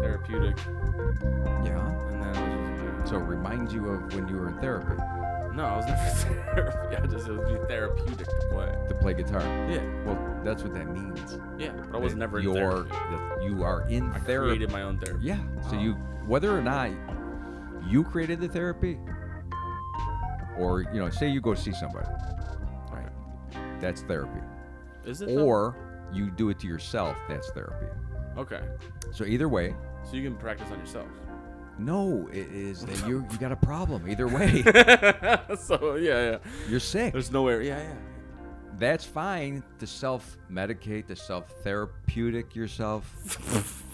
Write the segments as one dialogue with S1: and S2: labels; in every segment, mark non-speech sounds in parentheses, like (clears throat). S1: Therapeutic,
S2: Yeah.
S1: and then it was just
S2: So it reminds you of when you were in therapy
S1: like, no, I was never (laughs) therapy. I just it would be therapeutic to play.
S2: to play guitar.
S1: Yeah,
S2: Well, that's what that means.
S1: yeah, but I was
S2: that
S1: never in
S2: you're,
S1: therapy.
S2: that You are in
S1: I
S2: therapy.
S1: created my own therapy.
S2: Yeah. So
S1: Oh.
S2: you, whether or not you created the therapy, or you know, say you go see somebody, right? That's therapy.
S1: Is it? though?
S2: Or you do it to yourself. That's therapy.
S1: okay,
S2: So either way,
S1: so you can practice on yourself. (laughs)
S2: no, it is that you you got a problem.
S1: (laughs)
S2: Either way,
S1: so yeah, yeah.
S2: you're sick.
S1: There's nowhere. Yeah, yeah.
S2: That's fine to self-medicate, to
S1: (laughs)
S2: self-therapeutic yourself.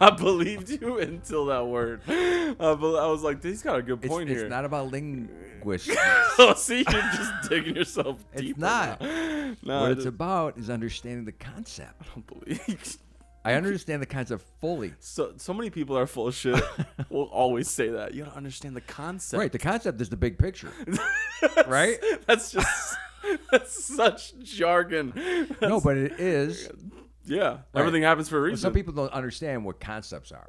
S1: I believed you until that word. I, bel I was like, he's got a good
S2: It's,
S1: point
S2: it's
S1: here. (laughs)
S2: not about linguistics.
S1: so see, you're just (laughs) digging yourself
S2: It's
S1: deeper.
S2: not.
S1: now. No,
S2: what
S1: I
S2: it's
S1: just
S2: about is understanding the concept.
S1: don't believe. (laughs)
S2: I understand the concept fully.
S1: So so many people are full of
S2: (laughs)
S1: shit. will always say that. You don't understand the concept.
S2: Right. The concept is the big picture. right?
S1: (laughs) That's just (laughs) that's such jargon.
S2: No,
S1: (laughs) That's-
S2: but it is.
S1: yeah, everything happens for a
S2: Well,
S1: reason.
S2: some people don't understand what concepts are.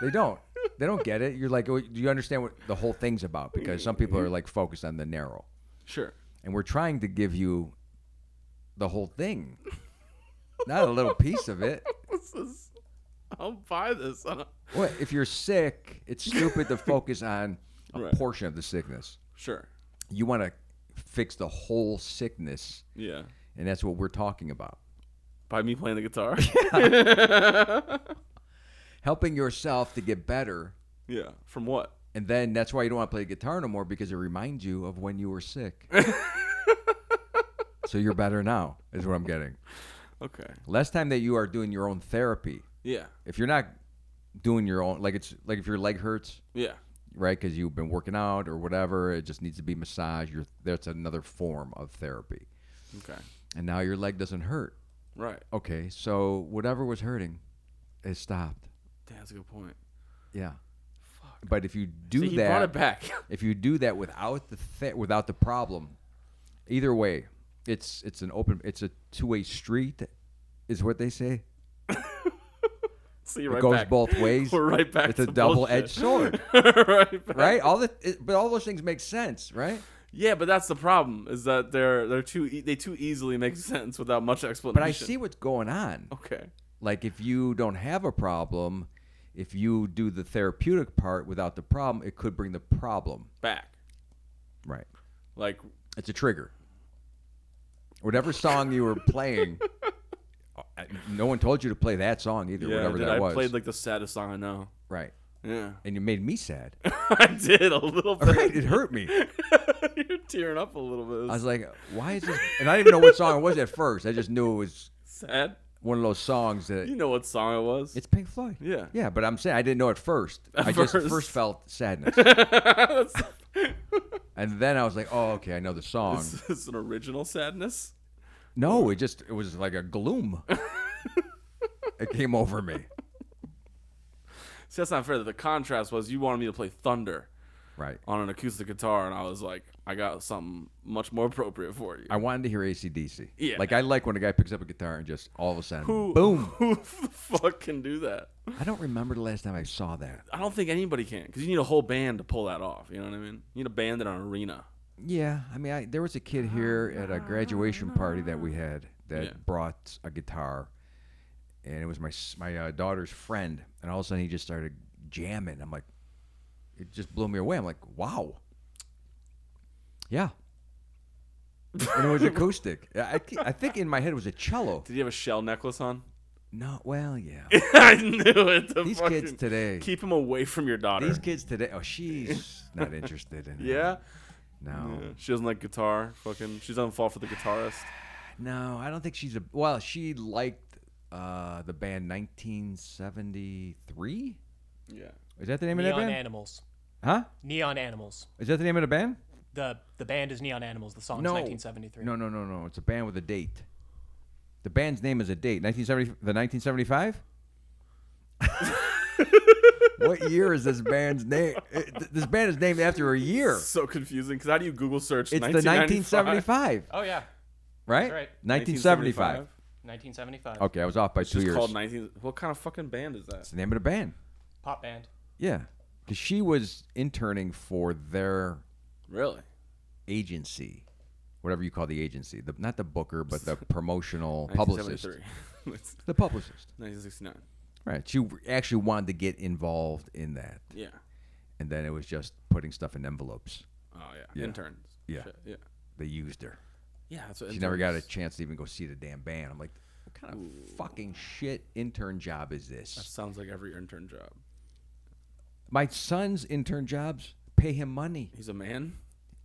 S2: They don't. They don't get it. You're like, oh, do you understand what the whole thing's about? Because some people
S1: Mm-hmm.
S2: are like focused on the narrow.
S1: sure.
S2: And we're trying to give you the whole
S1: (laughs)
S2: thing, not a little piece of it.
S1: This is. I'll buy this. I don't-
S2: Well, if you're sick, it's stupid to focus on a
S1: Right.
S2: portion of the sickness.
S1: Sure.
S2: You want to fix the whole sickness,
S1: Yeah.
S2: and that's what we're talking about.
S1: By me playing the
S2: (laughs)
S1: guitar.
S2: Helping yourself to get better,
S1: (laughs) yeah. From what?
S2: and then that's why you don't want to play guitar no more because it reminds you of when you were sick. so you're better now, is what I'm getting.
S1: Okay.
S2: Last time that you are doing your own therapy,
S1: Yeah.
S2: if you're not doing your own, like it's like if your leg hurts,
S1: Yeah.
S2: right? Because you've been working out or whatever, it just needs to be massaged. You're, that's another form of therapy.
S1: Okay.
S2: And now your leg doesn't hurt.
S1: Right.
S2: Okay, so whatever was hurting, it stopped.
S1: Damn, that's a good point.
S2: Yeah. But if you do
S1: See, he brought it
S2: that,
S1: back. (laughs)
S2: if you do that without the th- without the problem, either way, it's it's an open, it's a two way street, is what they say.
S1: See, you
S2: It
S1: right
S2: goes
S1: back.
S2: both ways.
S1: (laughs) We're right back.
S2: It's
S1: to
S2: a double-edged
S1: bullshit. (laughs) right. Back.
S2: Right? All the it, but all those things make sense, right?
S1: Yeah, but that's the problem is that they're they're too e- they too easily make (laughs) sense without much explanation.
S2: But I see what's going on.
S1: Okay.
S2: Like if you don't have a problem, if you do the therapeutic part without the problem, it could bring the problem.
S1: Back.
S2: Right.
S1: Like
S2: It's a trigger. Whatever song you were
S1: (laughs)
S2: playing, I- no one told you to play that song either.
S1: yeah,
S2: whatever
S1: did
S2: that
S1: I
S2: was.
S1: played like the saddest song I know.
S2: right,
S1: Yeah.
S2: and you made me sad.
S1: (laughs) I did a little bit.
S2: Right, it hurt me.
S1: (laughs) You're tearing up a little bit.
S2: I was like, "Why is this?" And I didn't even know what song it was at first. I just knew it was
S1: sad.
S2: one of those songs
S1: You
S2: that
S1: know what song it was?
S2: it's Pink Floyd. (laughs)
S1: yeah. (laughs)
S2: Yeah, but I'm saying I didn't know at first.
S1: At
S2: I just
S1: first.
S2: first felt
S1: (laughs)
S2: sadness,
S1: That's- (laughs)
S2: and then I was like, "Oh, okay, I know the song."
S1: it's, it's an original sadness.
S2: No, it just it was like a gloom. (laughs) it came over me.
S1: See, that's not fair. The contrast was you wanted me to play Thunder
S2: Right.
S1: on an acoustic guitar, and I was like, I got something much more appropriate for you.
S2: I wanted to hear ACDC.
S1: Yeah.
S2: Like I like when a guy picks up a guitar and just all of a sudden,
S1: who,
S2: boom.
S1: (laughs) Who the fuck can do that?
S2: I don't remember the last time I saw that.
S1: I don't think anybody can because you need a whole band to pull that off. You know what I mean? You need a band in an arena.
S2: Yeah, I mean, I, there was a kid here at a graduation party that we had that
S1: Yeah.
S2: brought a guitar, and it was my s- my uh, daughter's friend, and all of a sudden he just started jamming. I'm like, it just blew me away. I'm like, wow. Yeah. and
S1: (laughs)
S2: it was acoustic. I, I ca- I think in my head it was a cello.
S1: Did you have a shell necklace on? (laughs)
S2: No, well, yeah.
S1: I knew it. The
S2: These
S1: fucking-
S2: kids today.
S1: Keep him away from your daughter.
S2: These kids today. Oh, she's not interested in it.
S1: yeah?
S2: No.
S1: Yeah. She doesn't like guitar. Fucking. She doesn't fall for the guitarist.
S2: No, I don't think she's a. Well, she liked uh, the band 1973.
S1: Yeah.
S2: Is that the name of
S3: Neon
S2: that band?
S3: Animals.
S2: Huh?
S3: Neon Animals.
S2: Is that the name of the band?
S3: The the band is Neon Animals. The song's
S2: No.
S3: 1973.
S2: No, no, no, no. It's a band with a date. The band's name is a date. 1970. The 1975. (laughs) what year is this band's name? It- th- This band is named after a year.
S1: So confusing because how do you Google search?
S2: It's the
S1: 1975?
S2: 1975,
S3: Oh yeah,
S2: right?
S3: right.
S2: 1975.
S3: 1975.
S2: Okay, I was off by two
S1: It's
S2: years.
S1: called 19. What kind of fucking band is that?
S2: It's the name of the band.
S3: Pop band.
S2: Yeah, because she was interning for their
S1: Really?
S2: agency, whatever you call the agency, the, not the booker, but
S1: (laughs)
S2: the promotional publicist,
S1: 1973. (laughs) It's
S2: the publicist.
S1: 1969.
S2: Right. She actually wanted to get involved in that,
S1: Yeah.
S2: and then it was just putting stuff in envelopes.
S1: Oh yeah.
S2: Yeah.
S1: Interns.
S2: Yeah.
S1: Shit, Yeah.
S2: They used her.
S1: Yeah. That's what
S2: She never got a
S1: interns-
S2: chance to even go see the damn band. I'm like, what kind of fucking shit intern job is
S1: That
S2: this?
S1: sounds like every intern job.
S2: My son's intern jobs pay him money,
S1: He's a man.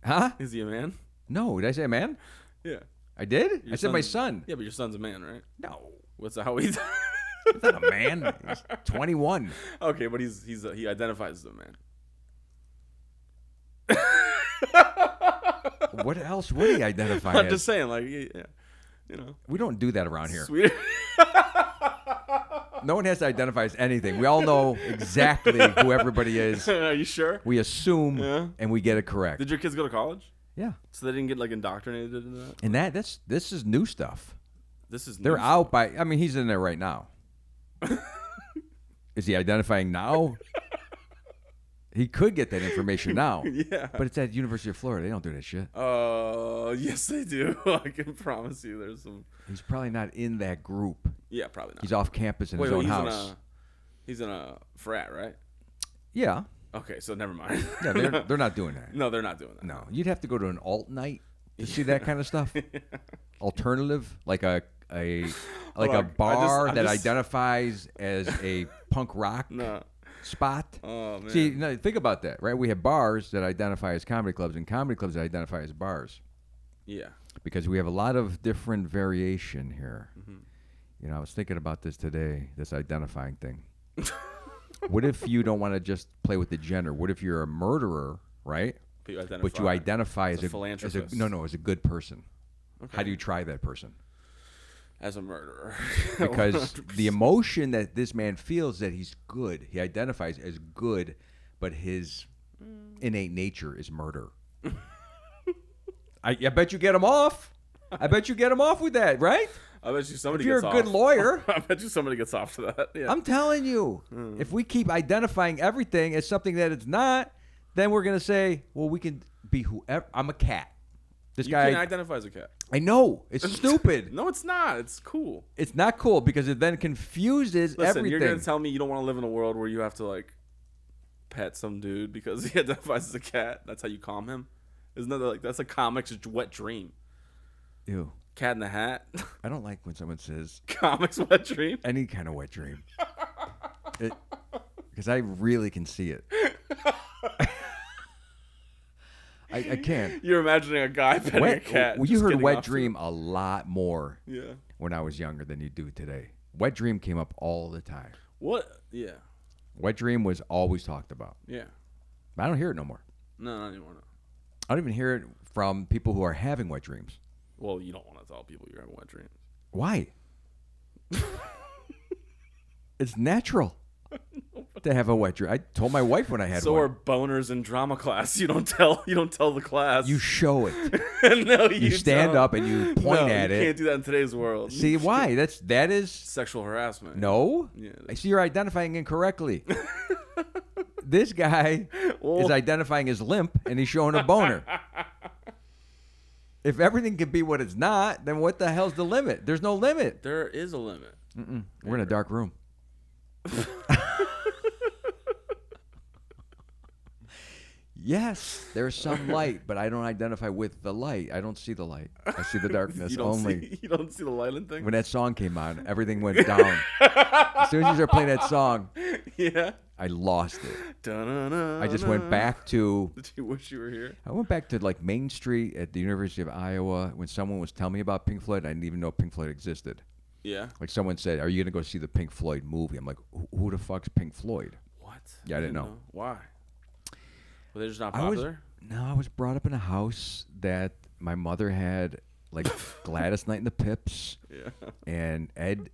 S2: huh?
S1: Is he a man?
S2: No, did I say a man?
S1: Yeah.
S2: I did. I
S1: Your
S2: said my son.
S1: Yeah, but your son's a man, right?
S2: No.
S1: What's the, how he's?
S2: It's not a man. He's 21.
S1: (laughs) okay, but he's he's a, he identifies as a man.
S2: What else would he identify
S1: I'm
S2: as?
S1: just saying, like, yeah, yeah, you know,
S2: we don't do that around here.
S1: sweet.
S2: No one has to identify as anything. We all know exactly who everybody
S1: (laughs)
S2: is.
S1: Are you sure?
S2: We assume
S1: Yeah.
S2: and we get it correct.
S1: Did your kids go to college?
S2: yeah.
S1: So they didn't get like indoctrinated into that.
S2: And that that's this is new stuff.
S1: This is
S2: They're
S1: new.
S2: out by I mean he's in there right now. is he identifying now? he could get that information now.
S1: (laughs) (laughs) Yeah.
S2: But it's at University of Florida. They don't do that shit.
S1: Uh, yes, they do. (laughs) I can promise you, there's some.
S2: He's probably not in that group.
S1: Yeah, probably not.
S2: He's off campus in
S1: Wait,
S2: his
S1: wait,
S2: own
S1: he's
S2: house.
S1: in a he's in a frat, right?
S2: Yeah.
S1: Okay, so never mind. (laughs)
S2: Yeah, they're, they're not doing that.
S1: no, they're not doing that.
S2: No, you'd have to go to an alt night to see that kind of stuff.
S1: (laughs)
S2: Alternative, like a a like
S1: on, I
S2: a
S1: just-
S2: bar
S1: I
S2: that
S1: just-
S2: identifies as
S1: (laughs)
S2: a punk rock
S1: No.
S2: spot.
S1: Oh man.
S2: see, no, think about that, right? We have bars that identify as comedy clubs and comedy clubs that identify as bars
S1: yeah.
S2: because we have a lot of different variation here.
S1: Mm-hmm.
S2: You know, I was thinking about this today, this identifying thing.
S1: (laughs)
S2: what if you don't want to just play with the gender? What if you're a murderer, right?
S1: But you identify.
S2: but you identify as,
S1: a
S2: a, as a
S1: philanthropist.
S2: no no as a good person. How do you try that
S1: (laughs)
S2: person?
S1: as a murderer. (laughs)
S2: Because the emotion that this man feels that he's good, he identifies as good, but his innate nature
S1: (laughs)
S2: is murder. I, I bet you get him off. I bet you get him off with
S1: (laughs)
S2: that, right?
S1: I bet you somebody.
S2: If you're a
S1: gets
S2: good
S1: off.
S2: lawyer,
S1: (laughs)
S2: (laughs)
S1: I bet you somebody gets off to that. Yeah.
S2: I'm telling you,
S1: Hmm.
S2: if we keep identifying everything as something that it's not, then we're gonna say, well, we can be whoever. I'm a cat. This
S1: you
S2: guy,
S1: can identify as a cat.
S2: I know
S1: (laughs)
S2: it's stupid.
S1: No, it's not. It's cool.
S2: It's not cool because it then confuses
S1: Listen,
S2: everything.
S1: you're gonna tell me you don't want to live in a world where you have to like pet some dude because (laughs) he identifies as a cat. That's how you calm him. Isn't that like that's a comic's wet dream?
S2: Ew.
S1: Cat in the Hat, (laughs)
S2: I don't like when someone says
S1: comics wet dream.
S2: any kind of
S1: (laughs)
S2: wet dream. Because I really can see it. (laughs) I, I can't.
S1: You're imagining a guy petting a
S2: Wet,
S1: cat.
S2: well, you
S1: just
S2: heard
S1: getting
S2: wet
S1: off to-
S2: dream a lot more
S1: Yeah.
S2: when I was younger than you do today. Wet dream came up all the time.
S1: What? Yeah.
S2: Wet dream was always talked about.
S1: Yeah.
S2: I don't hear it no more.
S1: No, not anymore. No.
S2: I don't even hear it from people who are having wet dreams.
S1: Well, you don't want to tell people you're having wet dreams.
S2: Why?
S1: (laughs)
S2: it's natural to have a wet dream. I told my wife when I had
S1: So
S2: one.
S1: are boners in drama class. (laughs) You don't tell. You don't tell the class. (laughs)
S2: you show it.
S1: no, you,
S2: You stand
S1: don't.
S2: up and
S1: (laughs)
S2: you point
S1: No,
S2: at
S1: you Can't
S2: it.
S1: do that in today's world.
S2: See why? That's that is
S1: sexual harassment.
S2: no.
S1: Yeah, (laughs)
S2: I see you're identifying incorrectly. this guy is
S1: Well-
S2: identifying as limp and he's showing a
S1: (laughs)
S2: boner. if everything can be what it's not, then what the hell's the limit? There's no limit.
S1: there is a limit.
S2: We're in a dark room. yes,
S1: (laughs)
S2: there's some light, but I don't identify with the light. I don't see the light. I see the
S1: (laughs)
S2: darkness
S1: You don't
S2: only.
S1: see. You don't see the Leland thing.
S2: When that song came on, everything went down. as soon as you start playing that song,
S1: (laughs) yeah.
S2: I lost it.
S1: Dun-dun-dun.
S2: I just went back to
S1: Did you wish you were here?
S2: I went back to like Main Street at the University of Iowa when someone was telling me about Pink Floyd. I didn't even know Pink Floyd existed.
S1: Yeah.
S2: Like someone said, "Are you gonna go see the Pink Floyd movie?" I'm like, "Who- "Who the fuck's Pink Floyd?"
S1: What?
S2: Yeah, I didn't know.
S1: Why? Were they just not
S2: I was
S1: popular?
S2: no, I was brought up in a house that
S1: (laughs)
S2: my mother had like Gladys Knight and the Pips
S1: Yeah.
S2: and Ed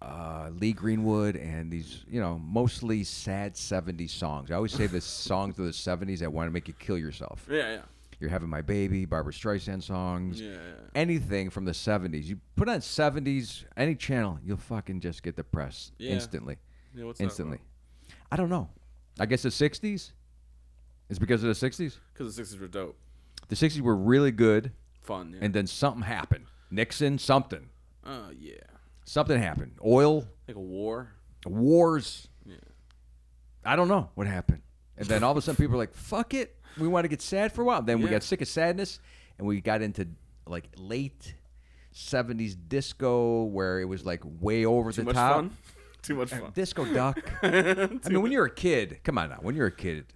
S2: uh, Lee Greenwood and these, you know, mostly sad 70s songs. I always say
S1: (laughs)
S2: the songs of the 70s that want to make you kill yourself.
S1: Yeah, yeah.
S2: You're having my baby, Barbara Streisand songs,
S1: Yeah, yeah.
S2: anything from the 70s. You put on 70s, any channel, you'll fucking just get depressed
S1: Yeah. uh,
S2: instantly.
S1: Yeah, what's
S2: instantly. I don't know. I guess the 60s is because of the 60s.
S1: Because the 60s were dope.
S2: The 60s were really good,
S1: Fun, yeah.
S2: and then something happened. Nixon, something.
S1: uh, yeah.
S2: Something happened. Oil,
S1: Like a war.
S2: wars.
S1: Yeah.
S2: I don't know what happened. And then all of a sudden, people are like, "Fuck it, we want to get sad for a while." Then we
S1: Yeah.
S2: got sick of sadness, and we got into like late '70s disco, where it was like way over
S1: Too
S2: the
S1: much
S2: top.
S1: fun. (laughs) Too much fun.
S2: Disco Duck.
S1: (laughs)
S2: I mean, when you're a kid, come on now. When you're a kid,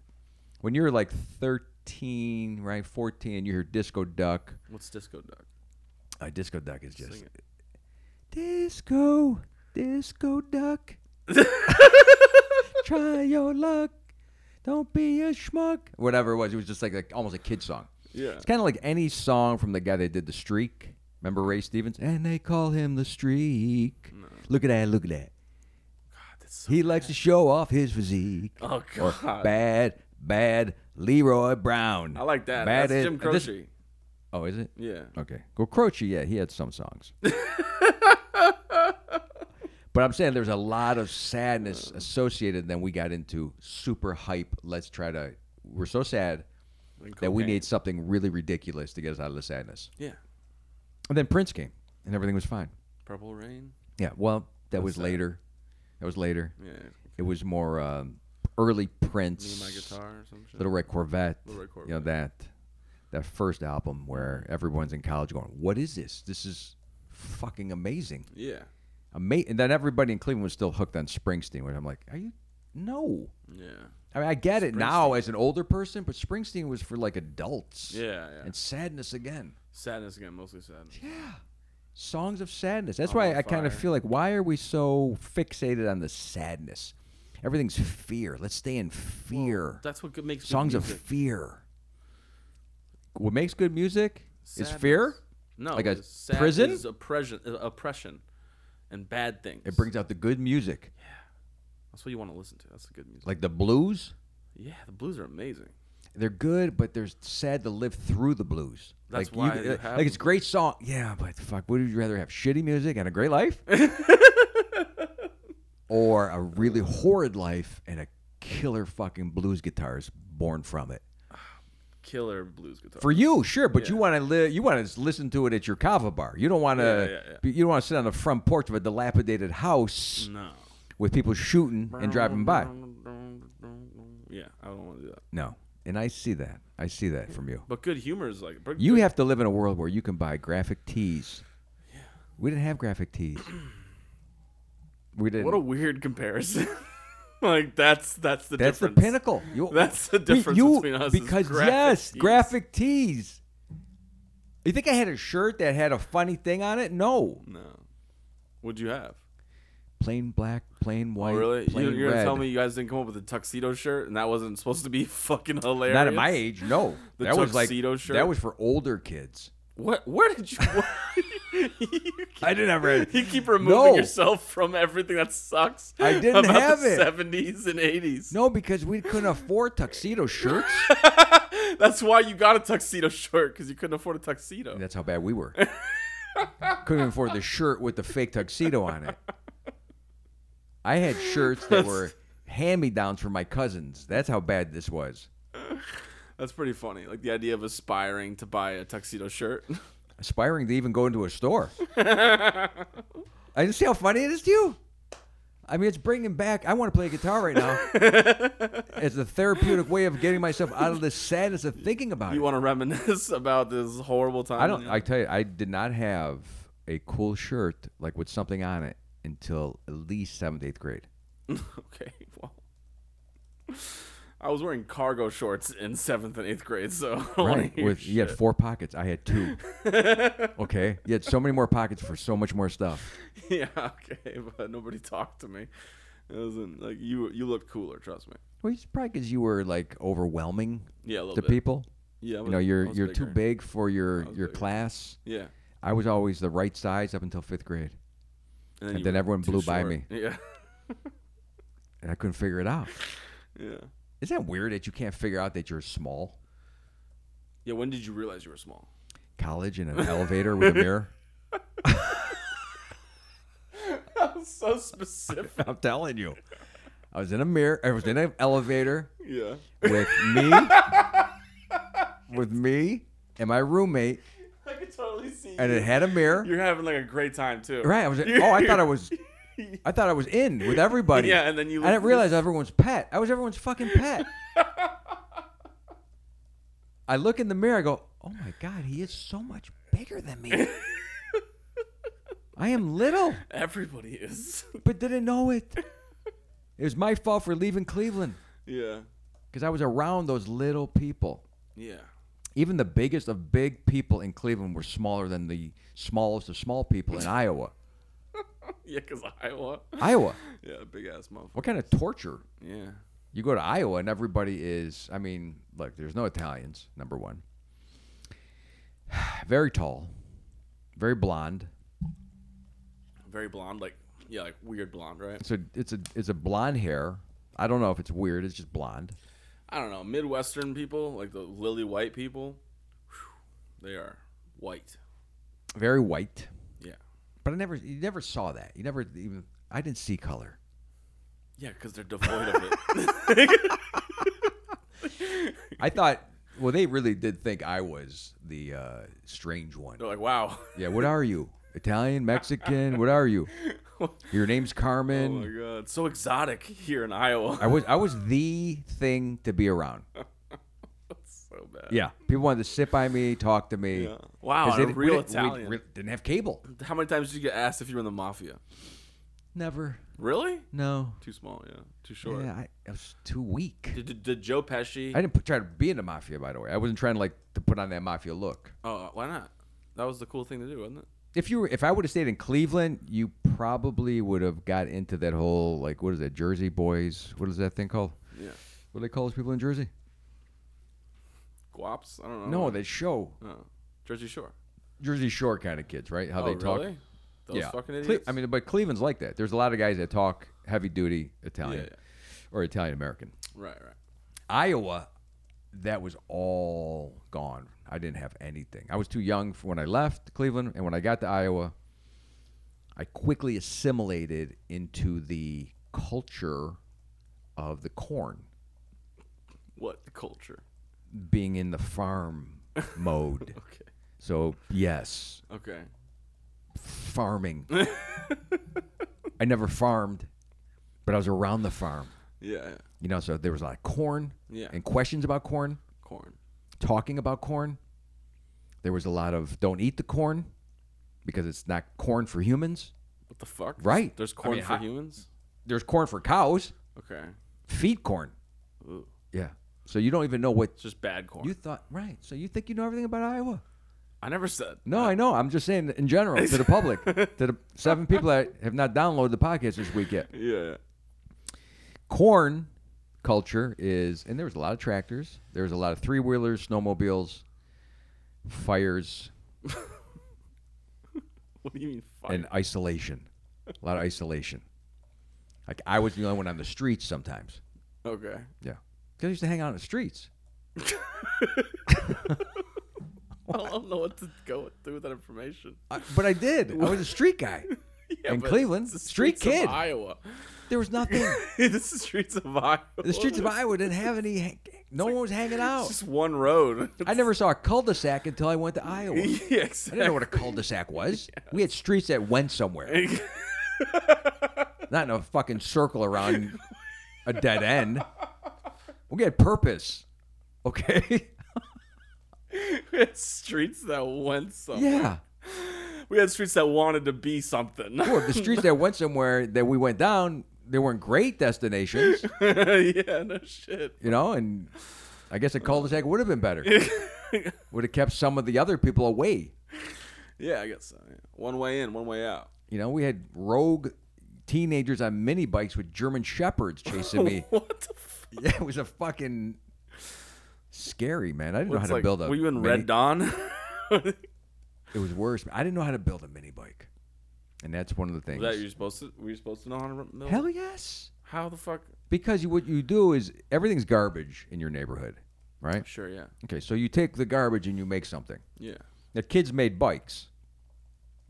S2: when you're like 13, right, 14, and you hear Disco Duck,
S1: What's Disco Duck?
S2: uh, Disco Duck is just
S1: Sing it.
S2: Disco,
S1: (laughs)
S2: Disco Duck. Try your luck. Don't be a schmuck. Whatever it was, it was just like, like almost a kid song.
S1: Yeah.
S2: It's kind of like any song from the guy that did The Streak. Remember Ray Stevens? And they call him The Streak. Look at that, look at that.
S1: God, that's so-
S2: He likes to show off his physique.
S1: Oh,
S2: Or
S1: God.
S2: bad, bad Leroy
S1: (laughs)
S2: Brown.
S1: I like that.
S2: Bad
S1: That's
S2: is-
S1: Jim
S2: this-
S1: Croce.
S2: oh, is it?
S1: Yeah.
S2: Okay. Well, Croce, yeah, he had some
S1: (laughs)
S2: songs. but I'm saying there's a lot of sadness associated. Then we got into super hype. Let's try to. We're so sad
S1: Like
S2: that we
S1: cocaine.
S2: need something really ridiculous to get us out of the sadness.
S1: Yeah.
S2: And then Prince came, and everything was fine.
S1: Purple Rain.
S2: Yeah. Well, that was
S1: sad.
S2: later. That was later.
S1: Yeah.
S2: It was more um, early
S1: Me and my
S2: Prince,
S1: guitar or some shit.
S2: Little Red Corvette.
S1: Little Red
S2: You know
S1: Corvette.
S2: that that first album where everyone's in college going, "What is this? This is fucking amazing."
S1: Yeah.
S2: Ama- and then everybody in Cleveland was still hooked on Springsteen. Which I'm like, are you? No.
S1: Yeah.
S2: I mean, I get it now as an older person, but Springsteen was for like adults.
S1: Yeah. Yeah.
S2: And sadness again.
S1: sadness again. Mostly sadness.
S2: Yeah. Songs of sadness. That's
S1: I'm
S2: why
S1: on
S2: I kind of
S1: fire.
S2: feel like, why are we so fixated on the sadness? Everything's fear. Let's stay in fear.
S1: That's what good- makes good
S2: Songs of
S1: music.
S2: fear. What makes good music is
S1: Sadness.
S2: fear.
S1: No.
S2: Like a
S1: it's sad
S2: prison?
S1: Is oppression, uh, oppression, and bad things.
S2: It brings out the good music,
S1: That's what you want to listen to. That's the good music.
S2: like the blues.
S1: yeah, the blues are amazing.
S2: they're good, but they're sad to live through the blues.
S1: That's why
S2: like you,
S1: it
S2: like
S1: happens.
S2: it's great song. Yeah, but fuck, would you rather have shitty music and a
S1: (laughs)
S2: great life, or a really horrid life and a killer fucking blues guitars born from it?
S1: Killer blues guitar.
S2: For you, sure, but you want to li- you want to listen to it at your kava bar. You don't want to
S1: Yeah, Mm. yeah, yeah.
S2: you don't want to sit on the front porch of a dilapidated house
S1: no.
S2: with people shooting and driving by.
S1: Yeah, I don't want to do that.
S2: No, and I see that. I see that from you.
S1: But good humor is like
S2: You have to live in a world where you can buy graphic tees. We didn't have
S1: (clears throat)
S2: graphic tees. We didn't.
S1: What a weird comparison. (laughs) like that's that's the
S2: That's
S1: difference. (laughs)
S2: the pinnacle. You,
S1: That's the
S2: we-
S1: difference
S2: you-
S1: between us is
S2: Because
S1: graphic
S2: yes,
S1: tees.
S2: graphic tees. You think I had a shirt that had a funny thing on it? No,
S1: No. What'd you have?
S2: plain black, plain white,
S1: oh, really?
S2: plain
S1: You, you're
S2: red.
S1: gonna tell me you guys didn't come up with a tuxedo shirt, and that wasn't supposed to be (laughs) fucking hilarious.
S2: Not at my age. No,
S1: (laughs) The
S2: that was like
S1: tuxedo shirt?
S2: that was for older kids.
S1: What? Where did you? (laughs) you keep-
S2: I didn't have red.
S1: (laughs) You keep removing
S2: No.
S1: yourself from everything that sucks.
S2: I didn't
S1: about
S2: have
S1: the
S2: it.
S1: 70s and 80s.
S2: No, because we couldn't afford
S1: (laughs)
S2: tuxedo shirts.
S1: That's why you got a tuxedo shirt because you couldn't afford a tuxedo.
S2: That's how bad we were. Couldn't afford the shirt with the fake tuxedo on it. I had shirts that were hand me downs from my cousins. That's how bad this was.
S1: That's pretty funny. Like the idea of aspiring to buy a tuxedo shirt. (laughs)
S2: Aspiring to even go into a store. I didn't see how funny it is to you. I mean, it's bringing back. I want to play guitar right
S1: (laughs)
S2: now. it's a therapeutic way of getting myself out of the sadness of thinking about
S1: you
S2: it.
S1: want to reminisce (laughs) about this horrible time?
S2: I don't.
S1: you
S2: I tell you, I did not have a cool shirt like with something on it until at least seventh, eighth grade.
S1: know? (laughs) okay. Well, I was wearing cargo shorts in seventh and eighth grade, so (laughs) I don't wanna hear
S2: With you had
S1: shit.
S2: four pockets. I
S1: (laughs)
S2: had two. okay. You had so many more pockets for so much more stuff.
S1: yeah, okay, but nobody talked to me. It wasn't like you. You looked cooler, trust me.
S2: Well, it's probably because you were like overwhelming
S1: Yeah, a little
S2: to
S1: bit.
S2: people.
S1: Yeah, I
S2: You
S1: was-
S2: know,
S1: I
S2: you're
S1: was
S2: you're too
S1: bigger.
S2: big for your
S1: was
S2: your
S1: bigger.
S2: class.
S1: Yeah,
S2: I was always the right size up until fifth grade. And
S1: you
S2: then
S1: were
S2: everyone
S1: too
S2: blew by
S1: short.
S2: me.
S1: (laughs) Yeah,
S2: and I couldn't figure it out.
S1: yeah,
S2: Isn't that weird that you can't figure out that you're small?
S1: yeah. When did you realize you were
S2: (laughs)
S1: small? (laughs)
S2: College in an elevator with a mirror. (laughs)
S1: That was so specific. (laughs)
S2: I'm telling you, I was in a mirror. I was in an elevator
S1: yeah, (laughs)
S2: with me, with me and my roommate,
S1: I could totally see.
S2: and
S1: you.
S2: it had a mirror.
S1: You're having like a great time too. (laughs)
S2: Right? I was. Oh, I thought I was. I thought I was in with everybody.
S1: Yeah, and then you
S2: I didn't
S1: look-
S2: realize everyone's pet. I was everyone's fucking pet. I look in the mirror. I go, "Oh my god, he is so much bigger than me. I am little,
S1: Everybody is. (laughs)
S2: but didn't know it. It was my fault for leaving Cleveland
S1: yeah,
S2: because I was around those little people.
S1: yeah,
S2: Even the biggest of big people in Cleveland were smaller than the smallest of small people in Iowa.
S1: yeah. Cause Iowa.
S2: Iowa.
S1: (laughs) Yeah, big ass motherfucker.
S2: What kind of torture
S1: Yeah,
S2: you go to Iowa and everybody is I mean, look, there's no Italians, number one. (sighs) very tall, very blonde.
S1: very blonde. Like yeah, like weird blonde, right?
S2: So it's a it's a blonde hair. I don't know if it's weird, it's just blonde.
S1: I don't know, Midwestern people, like the lily white people, whew, they are white.
S2: Very white.
S1: Yeah.
S2: But I never you never saw that. You never even I didn't see color.
S1: Yeah, because they're devoid of it. (laughs)
S2: I thought well they really did think I was the uh, strange one.
S1: They're like, wow. (laughs)
S2: Yeah, what are you? Italian, Mexican, what are you? Your name's
S1: Oh
S2: Carmen.
S1: my god, it's so exotic here in Iowa.
S2: I was I was the thing to be around.
S1: (laughs) so bad.
S2: Yeah, people wanted to sit by me, talk to me.
S1: Yeah. Wow, and Oh,
S2: 'Cause
S1: a
S2: didn't- we
S1: real
S2: didn't- we
S1: Italian.
S2: re- didn't have cable.
S1: How many times did you get asked if you were in the mafia?
S2: Never.
S1: Really?
S2: No.
S1: Too small, yeah. Too short.
S2: Yeah, I, I was too weak.
S1: Did, did, did Joe Pesci?
S2: I didn't put, try to be in the mafia, by the way. I wasn't trying to like to put on that mafia look.
S1: oh, why not? That was the cool thing to do, wasn't it?
S2: If you were, if I would have stayed in Cleveland, you probably would have got into that whole like what is that Jersey Boys? What is that thing called?
S1: Yeah.
S2: What do they call those people in Jersey?
S1: Guaps? I don't know.
S2: No, that show
S1: Oh. Jersey Shore.
S2: Jersey Shore kind of kids, right? How
S1: oh,
S2: they talk.
S1: really? Those fucking
S2: Cle-
S1: idiots.
S2: I mean, but Cleveland's like that. There's a lot of guys that talk heavy duty Italian
S1: Yeah,
S2: or Italian American.
S1: right, right.
S2: Iowa, that was all gone. I didn't have anything. I was too young for when I left Cleveland, and when I got to Iowa, I quickly assimilated into the culture of the corn,
S1: What the culture?
S2: being in
S1: (laughs)
S2: the farm mode.
S1: Okay.
S2: So yes,
S1: Okay.
S2: farming. I never farmed, but I was around the farm.
S1: Yeah. yeah.
S2: You know, so there was a lot of corn
S1: Yeah.
S2: and questions about corn,
S1: Corn.
S2: talking about corn. There was a lot of don't eat the corn because it's not corn for humans.
S1: What the fuck?
S2: Right.
S1: There's
S2: I
S1: corn
S2: mean,
S1: for
S2: I-
S1: humans.
S2: There's corn for cows.
S1: Okay.
S2: Feed corn.
S1: Ooh.
S2: Yeah. So you don't even know what
S1: It's just bad corn.
S2: you thought. Right. So you think you know everything about Iowa?
S1: I never said.
S2: No, I know. I'm just saying in general to the public, to the seven people that have not downloaded the podcast this week yet.
S1: Yeah.
S2: corn culture is, and there was a lot of tractors. There was a lot of three wheelers, snowmobiles, fires,
S1: What do you mean? Fire?
S2: and isolation. A lot of isolation. Like I was the only one on the streets sometimes.
S1: okay.
S2: Yeah, because I used to hang out on the streets.
S1: I don't know what to go through with that information.
S2: I, but I did. I was a street guy.
S1: Yeah,
S2: Uh, In
S1: but
S2: Cleveland,
S1: it's the
S2: street
S1: streets
S2: kid.
S1: of Iowa. (laughs)
S2: There was nothing.
S1: it's the streets of Iowa.
S2: The streets of Iowa didn't have any. hang- No one was hanging
S1: It's
S2: out.
S1: just one road.
S2: Oh. I never saw a cul-de-sac until I went to Iowa. I
S1: (laughs) yeah, exactly.
S2: didn't know what a cul-de-sac was. We had streets that went somewhere. not in a fucking circle around a dead end. We get purpose, okay? (laughs)
S1: (laughs) we had streets that went somewhere.
S2: yeah.
S1: We had streets that wanted to be something.
S2: Or
S1: (laughs)
S2: the streets that went somewhere that we went down, they weren't great destinations,
S1: yeah, no shit. (laughs)
S2: you know. And I guess a cul-de-sac would have been better. would have kept some of the other people away.
S1: Yeah, I guess so. Yeah. One way in, one way out.
S2: You know, we had rogue teenagers on mini bikes with German shepherds
S1: (laughs)
S2: chasing me. (laughs)
S1: What the fuck?
S2: yeah, it was a fucking scary man. I didn't know
S1: It's
S2: how to
S1: like,
S2: build a.
S1: Were you in
S2: mini-
S1: Red Dawn? (laughs)
S2: It was worse. I didn't know how to build a mini bike. and that's one of the things.
S1: Was that you're supposed to? Were you supposed to know how to milk?
S2: Hell yes,
S1: How the fuck?
S2: because you, what you do is everything's garbage in your neighborhood, right?
S1: Sure, yeah,
S2: Okay, so you take the garbage and you make something.
S1: yeah.
S2: The kids made bikes.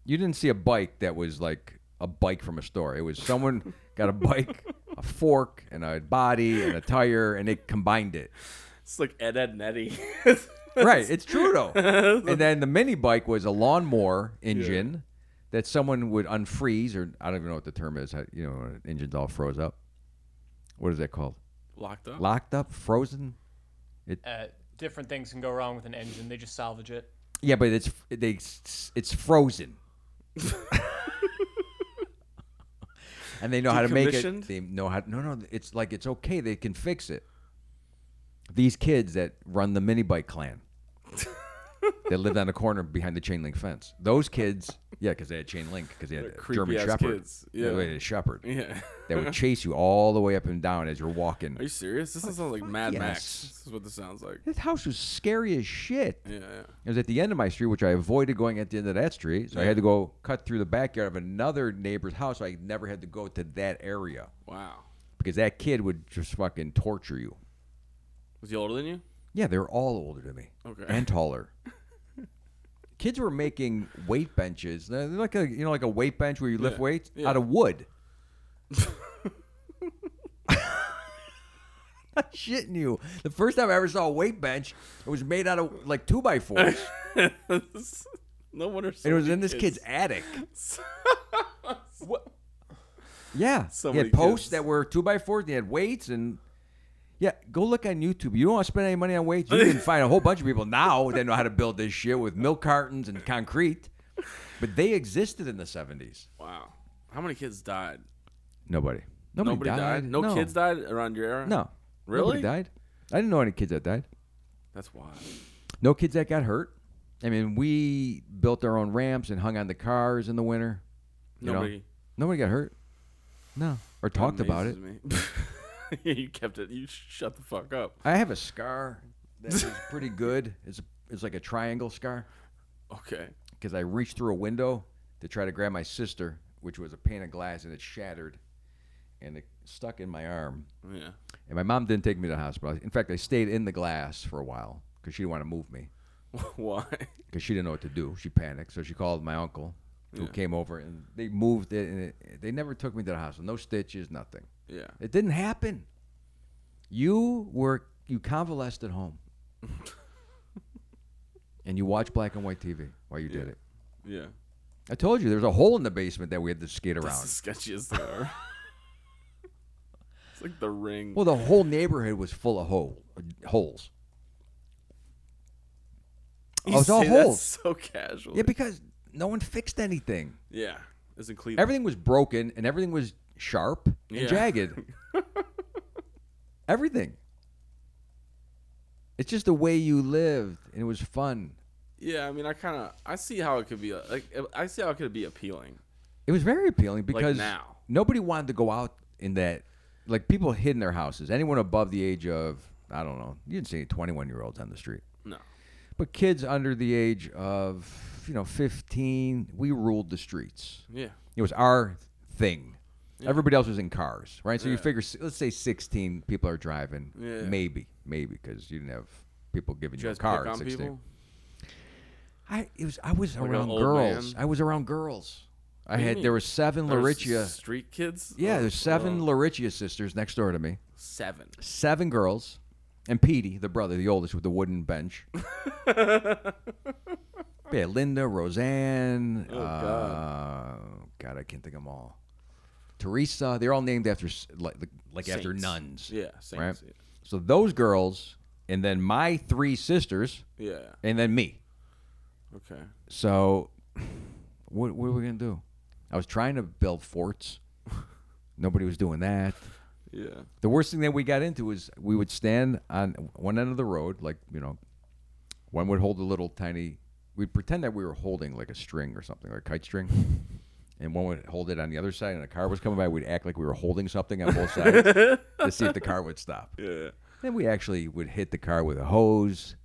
S2: You didn't see a bike that was like a bike from a store. It was someone got a bike, a fork, and a body and a tire, and they combined it.
S1: It's like Ed Ed Netty.
S2: (laughs) Right,
S1: (laughs)
S2: it's true though. and then the mini bike was a lawnmower engine that someone would unfreeze, or I don't even know what the term is. how- You know, when an engine's all froze up. What is that called?
S1: Locked up.
S2: Locked up, frozen.
S3: Uh, different things can go wrong with an engine. They just salvage it.
S2: Yeah, but it's they
S1: (laughs)
S2: it's frozen. and they know how to make it.
S1: Decommissioned?
S2: They know how. No, no, it's like it's okay. They can fix it. These kids that run the mini bike
S1: (laughs)
S2: clan that lived on the corner behind the chain link fence. Those kids, yeah, because they had chain link because they had
S1: They're
S2: a
S1: creepy
S2: German
S1: ass
S2: Shepherd.
S1: kids, yeah.
S2: they had
S1: (laughs)
S2: a Shepherd
S1: Yeah.
S2: that would chase you all the way up and down as you're walking.
S1: Are you serious? This sounds like Mad
S2: yes.
S1: Max. This is what this sounds like.
S2: This house was scary as shit.
S1: Yeah, yeah.
S2: It was at the end of my street, which I avoided going at the end of that street. So I had to go cut through the backyard of another neighbor's house. So I never had to go to that area
S1: Wow.
S2: because that kid would just fucking torture you.
S1: Was he older than you?
S2: (laughs) Yeah, they were all older than me
S1: Okay.
S2: and taller. (laughs) Kids were making weight benches, They're like a you know like a weight bench where you lift
S1: Yeah,
S2: weights
S1: yeah.
S2: out of
S1: (laughs)
S2: wood. (laughs) I'm shitting you. The first time I ever saw a weight bench, it was made out of like two by fours.
S1: no wonder. so
S2: And it was
S1: many
S2: in this kid's attic.
S1: (laughs)
S2: (laughs)
S3: What?
S2: Yeah,
S1: So
S2: he had
S1: many
S2: posts
S1: kids.
S2: that were two by fours. They had weights and yeah. Go look on YouTube. You don't want to spend any money on weights. You
S1: (laughs)
S2: can find a whole bunch of people now that know how to build this shit with milk cartons and concrete, but they existed in the seventies.
S1: Wow. How many kids died?
S2: Nobody. Nobody,
S1: Nobody died. No, kids died around your era.
S2: No.
S1: Really?
S2: Nobody died. I didn't know any kids that died.
S1: That's wild.
S2: No kids that got hurt. I mean, we built our own ramps and hung on the cars in the winter. You know?
S1: Nobody
S2: Nobody got hurt. No, or talked about it.
S1: amazes Me. (laughs) Yeah, you kept it. You shut the fuck up.
S2: I have a scar that is pretty (laughs) good. It's it's like a triangle scar
S1: Okay.
S2: because I reached through a window to try to grab my sister, which was a pane of glass, and it shattered, and it stuck in my arm.
S1: Yeah. (laughs)
S2: And my mom didn't take me to the hospital. In fact, I stayed in the glass for a while because she didn't want to move me
S1: Why?
S2: because she didn't know what to do. She panicked, so she called my uncle, who came over, and they moved it, and it, they never took me to the hospital. No stitches, nothing.
S1: Yeah.
S2: It didn't happen. You were you convalesced at home. (laughs) and you watched black and white TV while you did it.
S1: Yeah.
S2: I told you there was a hole in the basement that we had to skate
S1: That's
S2: around.
S1: the sketchiest thing ever. it's like the ring.
S2: Well, the whole neighborhood was full of hole, holes.
S1: You
S2: oh, it's all
S1: say that
S2: holes.
S1: So casual.
S2: Yeah, because no one fixed anything.
S1: yeah. It's in Cleveland.
S2: Everything was broken and everything was sharp and
S1: Yeah. (laughs)
S2: jagged. everything. It's just the way you lived, and it was fun.
S1: yeah. I mean, I kind of I see how it could be like I see how it could be appealing.
S2: It was very appealing because
S1: now.
S2: nobody wanted to go out in that. Like people hid in their houses. Anyone above the age of I don't know. You didn't see any twenty-one year olds on the street,
S1: No.
S2: but kids under the age of you know fifteen, we ruled the streets.
S1: Yeah.
S2: It was our thing. Everybody else was in cars, right? So you
S1: Yeah.
S2: figure, s- let's say sixteen people are driving,
S1: Yeah.
S2: maybe, maybe because you didn't have people giving
S1: Did
S2: you,
S1: you
S2: a
S1: guys
S2: car
S1: pick
S2: at
S1: on
S2: sixteen.
S1: people?
S2: I it was I was
S1: an
S2: around
S1: old
S2: girls.
S1: man?
S2: I was around girls. I
S1: do you
S2: had
S1: mean?
S2: there were seven
S1: Or s-
S2: Lauritia.
S1: Street kids.
S2: Yeah,
S1: Oh,
S2: there's seven
S1: well,
S2: Lauritia sisters next door to me.
S1: Seven.
S2: Seven girls, and Petey, the brother, the oldest, with the
S1: (laughs)
S2: wooden bench. yeah, Linda, Roseanne.
S1: Oh,
S2: uh, God. I can't think of them all. Teresa. They're all named after s- like like after
S1: Saints.
S2: nuns.
S1: Yeah. Same.
S2: right.
S1: yeah.
S2: So those girls, and then my three sisters,
S1: Yeah.
S2: and then me.
S1: Okay.
S2: So, what, what are we gonna do? I was trying to
S1: (laughs)
S2: build forts. Nobody was doing that.
S1: Yeah.
S2: The worst thing that we got into was we would stand on one end of the road, like you know, one would hold a little tiny. We'd pretend that we were holding like a string or something, or a kite string, and one would hold it on the other side. And a car was coming by, we'd act like we were holding something on both sides to see if the car would stop.
S1: Yeah.
S2: Then we actually would hit the car with a hose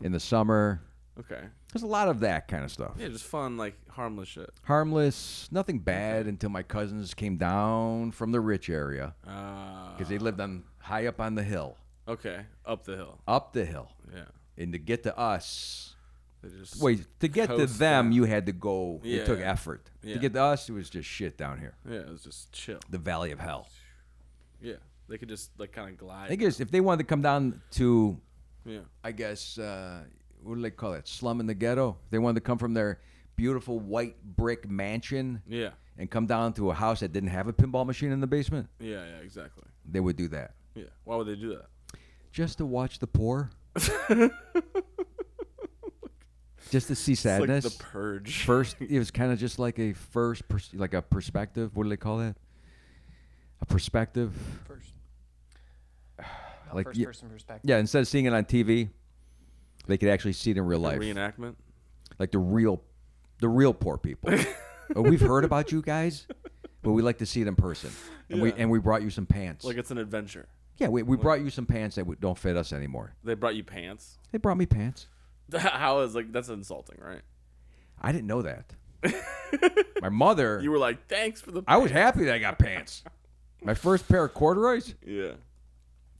S2: in the summer.
S1: Okay.
S2: It There's a lot of that kind of stuff.
S1: Yeah, just fun, like harmless shit.
S2: Harmless, nothing bad until my cousins came down from the rich area
S1: Uh,
S2: because they lived on high up on the hill,
S1: okay, up the hill.
S2: up the hill,
S1: Yeah,
S2: and to get to us,
S1: they just
S2: wait, to get to
S1: Coast
S2: them,
S1: down.
S2: you had to go. It took
S1: Yeah.
S2: effort
S1: Yeah.
S2: to get to us. It was just shit down here,
S1: Yeah, it was just chill.
S2: the valley of hell.
S1: Yeah, they could just like kind of glide.
S2: I guess if they wanted to come down to,
S1: yeah,
S2: I guess, uh, what do they call it? Slum in the ghetto. If they wanted to come from their beautiful white brick mansion
S1: yeah,
S2: and come down to a house that didn't have a pinball machine in the basement,
S1: yeah, yeah. Exactly.
S2: they would do that.
S1: Yeah. Why would they do that?
S2: Just to watch the
S1: (laughs)
S2: poor. just to see
S1: It's
S2: sadness.
S1: like the purge.
S2: (laughs) first, it was kind of just like a first, pers- like a perspective. What do they call that? A perspective. (sighs)
S3: First,
S2: Like,
S3: first
S2: yeah,
S3: person perspective.
S2: yeah, instead of seeing it on TV, they could actually see it in real life.
S1: Reenactment.
S2: like the real the real poor
S1: (laughs)
S2: people. Uh, We've heard about you guys, but we like to see it in person. And we
S1: Yeah.
S2: and we brought you some pants.
S1: Like it's an adventure.
S2: yeah, we, we brought you some pants that w- don't fit us anymore.
S1: They brought you pants. (laughs)
S2: They brought me pants.
S1: How is like that's insulting, right?
S2: I didn't
S1: (laughs)
S2: know that. My mother,
S1: You were like, thanks for the.
S2: I was happy that I got pants. My first pair of corduroys?
S1: (laughs) yeah.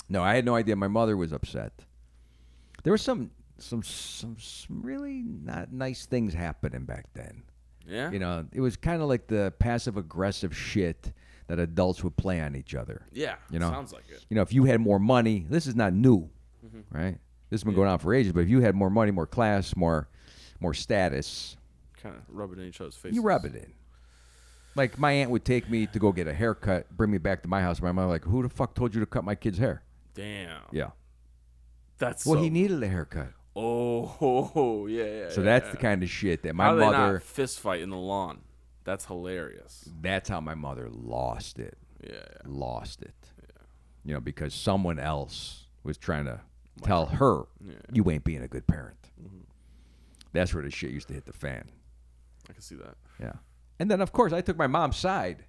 S2: No, I had no idea. My mother was upset. There was some some some, some really not nice things happening back then.
S1: Yeah.
S2: You know, it was kind of like the passive aggressive shit that adults would play on each other.
S1: yeah.
S2: you know.
S1: Sounds like it.
S2: You know, if you had more money, this is not new,
S1: Mm-hmm.
S2: right? This has been going on for ages. But if you had more money, more class, more, more status,
S1: Kind of rub it in each other's face.
S2: you rub it in. Like my aunt would take me to go get a haircut, bring me back to my house. My mom like, who the fuck told you to cut my kid's hair?
S1: Damn.
S2: Yeah.
S1: That's
S2: Well,
S1: so-
S2: he needed a haircut.
S1: Oh, (laughs) ho, ho, yeah, yeah.
S2: So
S1: yeah,
S2: that's
S1: yeah.
S2: the kind of shit that my
S1: How do they
S2: mother.
S1: not fist fight in the lawn? That's hilarious.
S2: That's how my mother lost it.
S1: Yeah, yeah.
S2: lost it. You know, because someone else was trying to tell her, you ain't being a good parent.
S1: Mm-hmm.
S2: That's where the shit used to hit the fan.
S1: I can see that.
S2: Yeah. And then, of course, I took my mom's side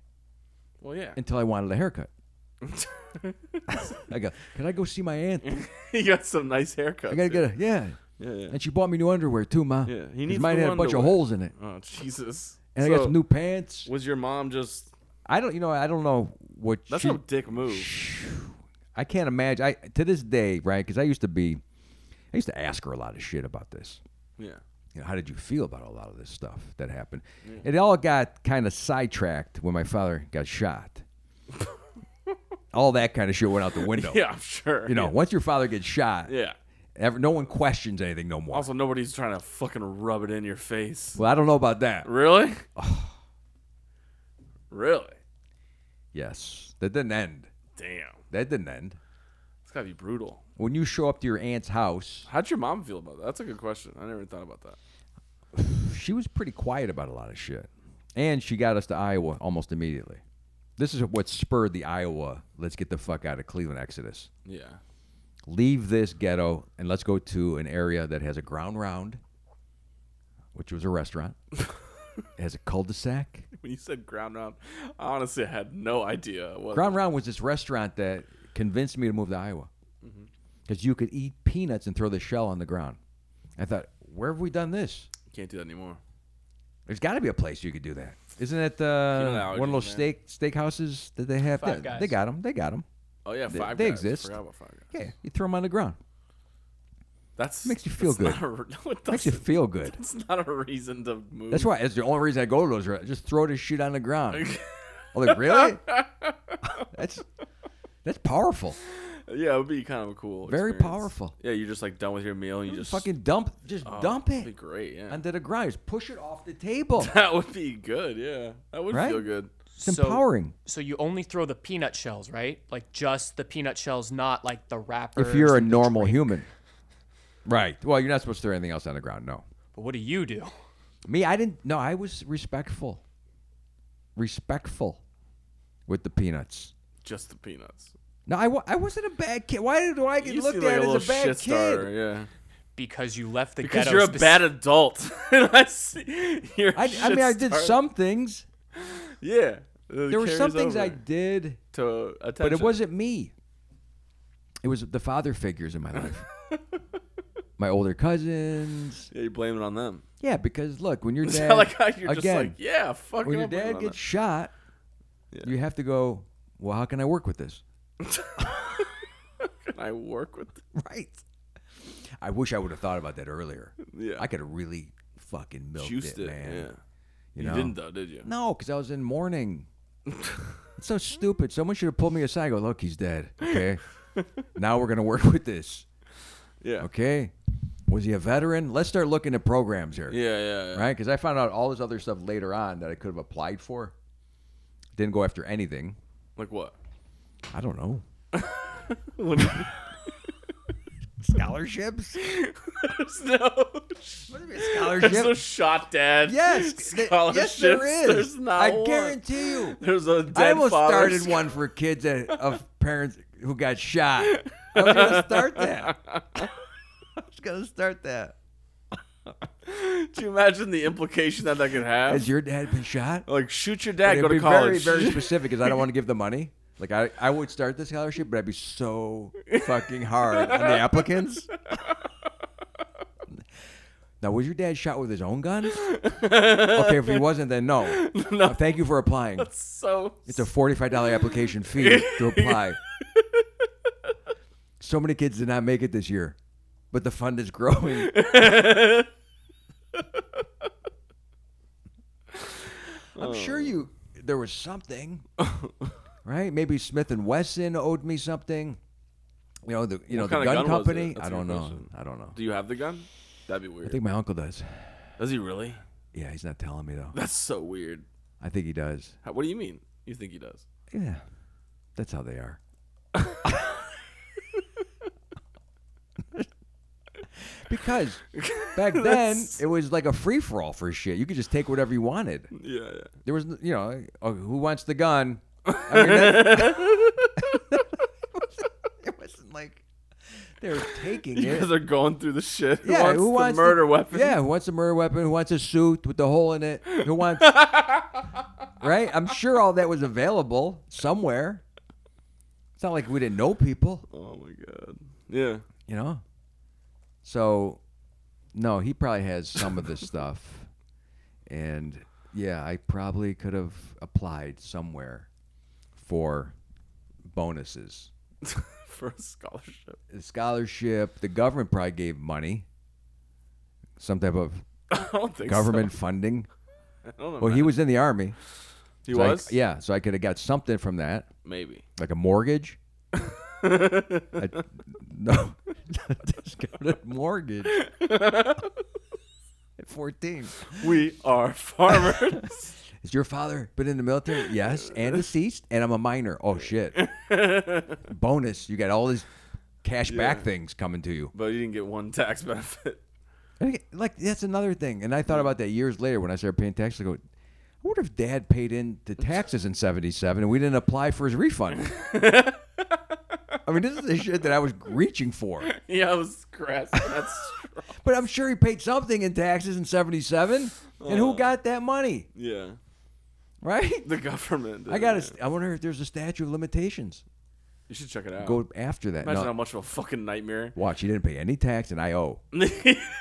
S1: Well, yeah.
S2: until I wanted a haircut.
S1: (laughs)
S2: I go, can I go see my aunt?
S1: he got some nice haircuts.
S2: I gotta get a yeah.
S1: Yeah, yeah.
S2: And she bought me new underwear too, ma.
S1: Yeah, he
S2: 'Cause
S1: needs
S2: Mine
S1: new
S2: had a bunch of
S1: underwear.
S2: holes in it,
S1: Oh Jesus.
S2: and I
S1: So,
S2: got some new pants.
S1: Was your mom just?
S2: I don't, you know, I don't know what.
S1: That's
S2: she,
S1: how dick moves.
S2: I can't imagine. I to this day, right? Because I used to be, I used to ask her a lot of shit about this.
S1: Yeah. (laughs)
S2: You know, how did you feel about a lot of this stuff that happened? It all got kind of sidetracked when my father
S1: (laughs)
S2: got shot. all that kind of shit went out the window.
S1: Yeah, I'm sure.
S2: You know, once your father gets shot,
S1: Yeah.
S2: ever, no one questions anything no more.
S1: Also, nobody's trying to fucking rub it in your face.
S2: well, I don't know about that. (sighs)
S1: Really? Really?
S2: Yes, that didn't end.
S1: Damn.
S2: That didn't end.
S1: It's gotta be brutal.
S2: When you show up to your aunt's house,
S1: How'd your mom feel about that? That's a good question. I never thought about that.
S2: she was pretty quiet about a lot of shit. And she got us to Iowa almost immediately. This is what spurred the Iowa let's get the fuck out of Cleveland exodus.
S1: Yeah. (laughs)
S2: Leave this ghetto and let's go to an area that has a ground round, which was a restaurant. it has a cul-de-sac.
S1: When you said ground round, I honestly had no idea what.
S2: Ground round was this restaurant that convinced me to move to Iowa. Because you could eat peanuts and throw the shell on the ground. I thought, where have we done this?
S1: Can't do that anymore.
S2: There's got to be a place you could do that. Isn't it uh,
S1: allergies,
S2: one of those
S1: man.
S2: steak steak houses that they have?
S3: Five
S2: They-
S3: Guys.
S2: They got them. They got them.
S1: Oh yeah,
S2: They-
S1: five.
S2: they
S1: guys.
S2: exist.
S1: Forgot about five guys.
S2: Yeah, you throw them on the ground.
S1: That's (laughs)
S2: Makes you feel
S1: that's not a- no, it
S2: Makes
S1: (laughs)
S2: you
S1: doesn't.
S2: feel good.
S1: It's not a reason to move.
S2: That's why. That's the only reason I go to those. re- Just throw this shit on
S1: (laughs)
S2: the ground. I'm like, really? (laughs) that's that's powerful.
S1: Yeah, it would be kind of a cool.
S2: Very
S1: experience.
S2: powerful.
S1: Yeah, you're just like done with your meal. And you just
S2: Fucking dump. Just
S1: oh,
S2: dump
S1: that'd Be
S2: it
S1: great. Yeah.
S2: onto the ground. Just push it off the table.
S1: (laughs) that would be good. Yeah, that would
S2: Right?
S1: feel good.
S2: It's empowering.
S3: So you only throw the peanut shells, right? Like just the peanut shells, not like the wrapper.
S2: If you're a normal human, right? Well, you're not supposed to throw anything else on the ground. No.
S3: But what do you do?
S2: Me, I didn't. No, I was respectful. Respectful with the peanuts.
S1: Just the peanuts.
S2: No, I, wa- I wasn't a bad kid. Why do I get
S1: you
S2: looked
S1: seem
S2: at
S1: like a little
S2: as a bad
S1: shit
S2: kid?
S1: starter. Yeah.
S3: Because you left the
S1: Because
S3: ghetto.
S1: you're a
S3: speci-
S1: bad adult. (laughs) and I see you're a
S2: I, I mean, I
S1: shit
S2: did
S1: starter.
S2: some things.
S1: Yeah.
S2: There were some things I did,
S1: to attention. (laughs)
S2: but it wasn't me. It was the father figures in my life. my older cousins.
S1: Yeah, you blame it on them. (laughs)
S2: Yeah, because look, when your
S1: It's
S2: dad
S1: not like how you're
S2: again,
S1: just like, yeah, fuck
S2: when
S1: it
S2: your
S1: up, blame it
S2: dad
S1: on
S2: gets shot,
S1: Yeah.
S2: you have to go. Well, how can I work with this?
S1: (laughs) them. I work with.
S2: (laughs) Right. I wish I would have thought about that earlier.
S1: Yeah.
S2: I could have really fucking milked
S1: Juiced
S2: it,
S1: it.
S2: man.
S1: Yeah. You,
S2: know?
S1: didn't though, did you?
S2: No, because I was in mourning.
S1: (laughs)
S2: it's so stupid. Someone should have pulled me aside. and Go, look, he's dead. Okay. now we're gonna work with this.
S1: Yeah.
S2: Okay. Was he a veteran? Let's start looking at programs here.
S1: Yeah, yeah, yeah.
S2: Right? Because I found out all this other stuff later on that I could have applied for. Didn't go after anything.
S1: Like what? (laughs)
S2: I don't know.
S1: When you- (laughs)
S2: Scholarships?
S1: There's
S2: (laughs)
S1: no.
S2: Scholarship?
S1: There's no shot, Dad. (laughs)
S2: yes. th- Yes, there
S1: Scholarships,
S2: is.
S1: There's not
S2: I
S1: one.
S2: guarantee you.
S1: There's a dead
S2: I almost
S1: father
S2: started one for kids
S1: (laughs)
S2: that, of parents who got shot. I was gonna start
S1: (laughs)
S2: that. I was gonna start that.
S1: Do you imagine the implication that that could have?
S2: Has your dad been
S1: (laughs)
S2: shot?
S1: like, shoot your
S2: But
S1: dad,
S2: it'd
S1: go to
S2: be
S1: college. (laughs)
S2: Very, very specific because I don't want to give the money. Like I, I would start the scholarship, but I'd be so fucking hard on
S1: (laughs)
S2: the applicants. Now, was your dad shot with his own gun? Okay, if he wasn't, then no.
S1: (laughs)
S2: Now, thank you for applying.
S1: so
S2: It's a forty-five dollar application fee to apply. So many kids did not make it this year, but the fund is
S1: (laughs)
S2: growing. I'm
S1: Oh.
S2: sure you there was something, right? Maybe Smith and Wesson owed me something. You know the you know the
S1: kinda
S2: gun,
S1: gun was it?
S2: company.
S1: That's
S2: I
S1: a
S2: don't
S1: good
S2: know.
S1: question.
S2: I don't know.
S1: Do you have the gun? That'd be
S2: I
S1: weird.
S2: think my uncle does.
S1: Does he really?
S2: Yeah, he's not telling me though.
S1: That's so weird.
S2: I think he does.
S1: How, what do you mean? You think he does?
S2: Yeah, that's how they are. because back then it was like a free for all for shit. You could just take whatever you wanted.
S1: Yeah, yeah.
S2: There was, n- you know, oh, who wants the gun? I mean, that- (laughs) it wasn't like they were
S1: (laughs)
S2: taking
S1: You guys
S2: it.
S1: are going through the shit. Who
S2: Yeah,
S1: wants
S2: who
S1: the
S2: wants the-
S1: murder weapon?
S2: Yeah, who wants a murder weapon? Who wants a suit with the hole in it?
S1: (laughs)
S2: Who wants? right? I'm sure all that was available somewhere. It's not like we didn't know people.
S1: Oh my god. Yeah. (laughs)
S2: you know so no he probably has some of this stuff and yeah i probably could have applied somewhere for bonuses
S1: For a scholarship. (laughs)
S2: the scholarship the government probably gave money some type of
S1: I don't think
S2: government funding
S1: so. I don't know.
S2: well he was in the army
S1: he
S2: So I-
S1: was?
S2: yeah so i could have got something from that
S1: Maybe.
S2: like
S1: (laughs)
S2: a mortgage I, no (laughs) just got a mortgage at 14
S1: We are (laughs) farmers.
S2: Has your father been in the military? Yes, and deceased, and I'm a minor. Oh shit!
S1: (laughs)
S2: Bonus, you got all these cash back things coming to you.
S1: but you didn't get one tax benefit.
S2: And I- Like that's another thing. And I
S1: Mm.
S2: thought about that years later when I started paying taxes. I go, I wonder if Dad paid in to taxes in '77 and we didn't apply for
S1: (laughs)
S2: his refund. I mean, this is the shit that I was reaching for.
S1: (laughs) yeah, I was grasping. That's
S2: (laughs) But I'm sure he paid something in taxes in '77. And
S1: Oh.
S2: who got that money,
S1: yeah.
S2: right?
S1: The government. did
S2: I got.
S1: it.
S2: to I wonder if there's a statute of limitations.
S1: You should check it out.
S2: Go after that.
S1: Imagine
S2: No.
S1: how much of a fucking nightmare. (laughs)
S2: Watch, he didn't pay any tax, and I owe.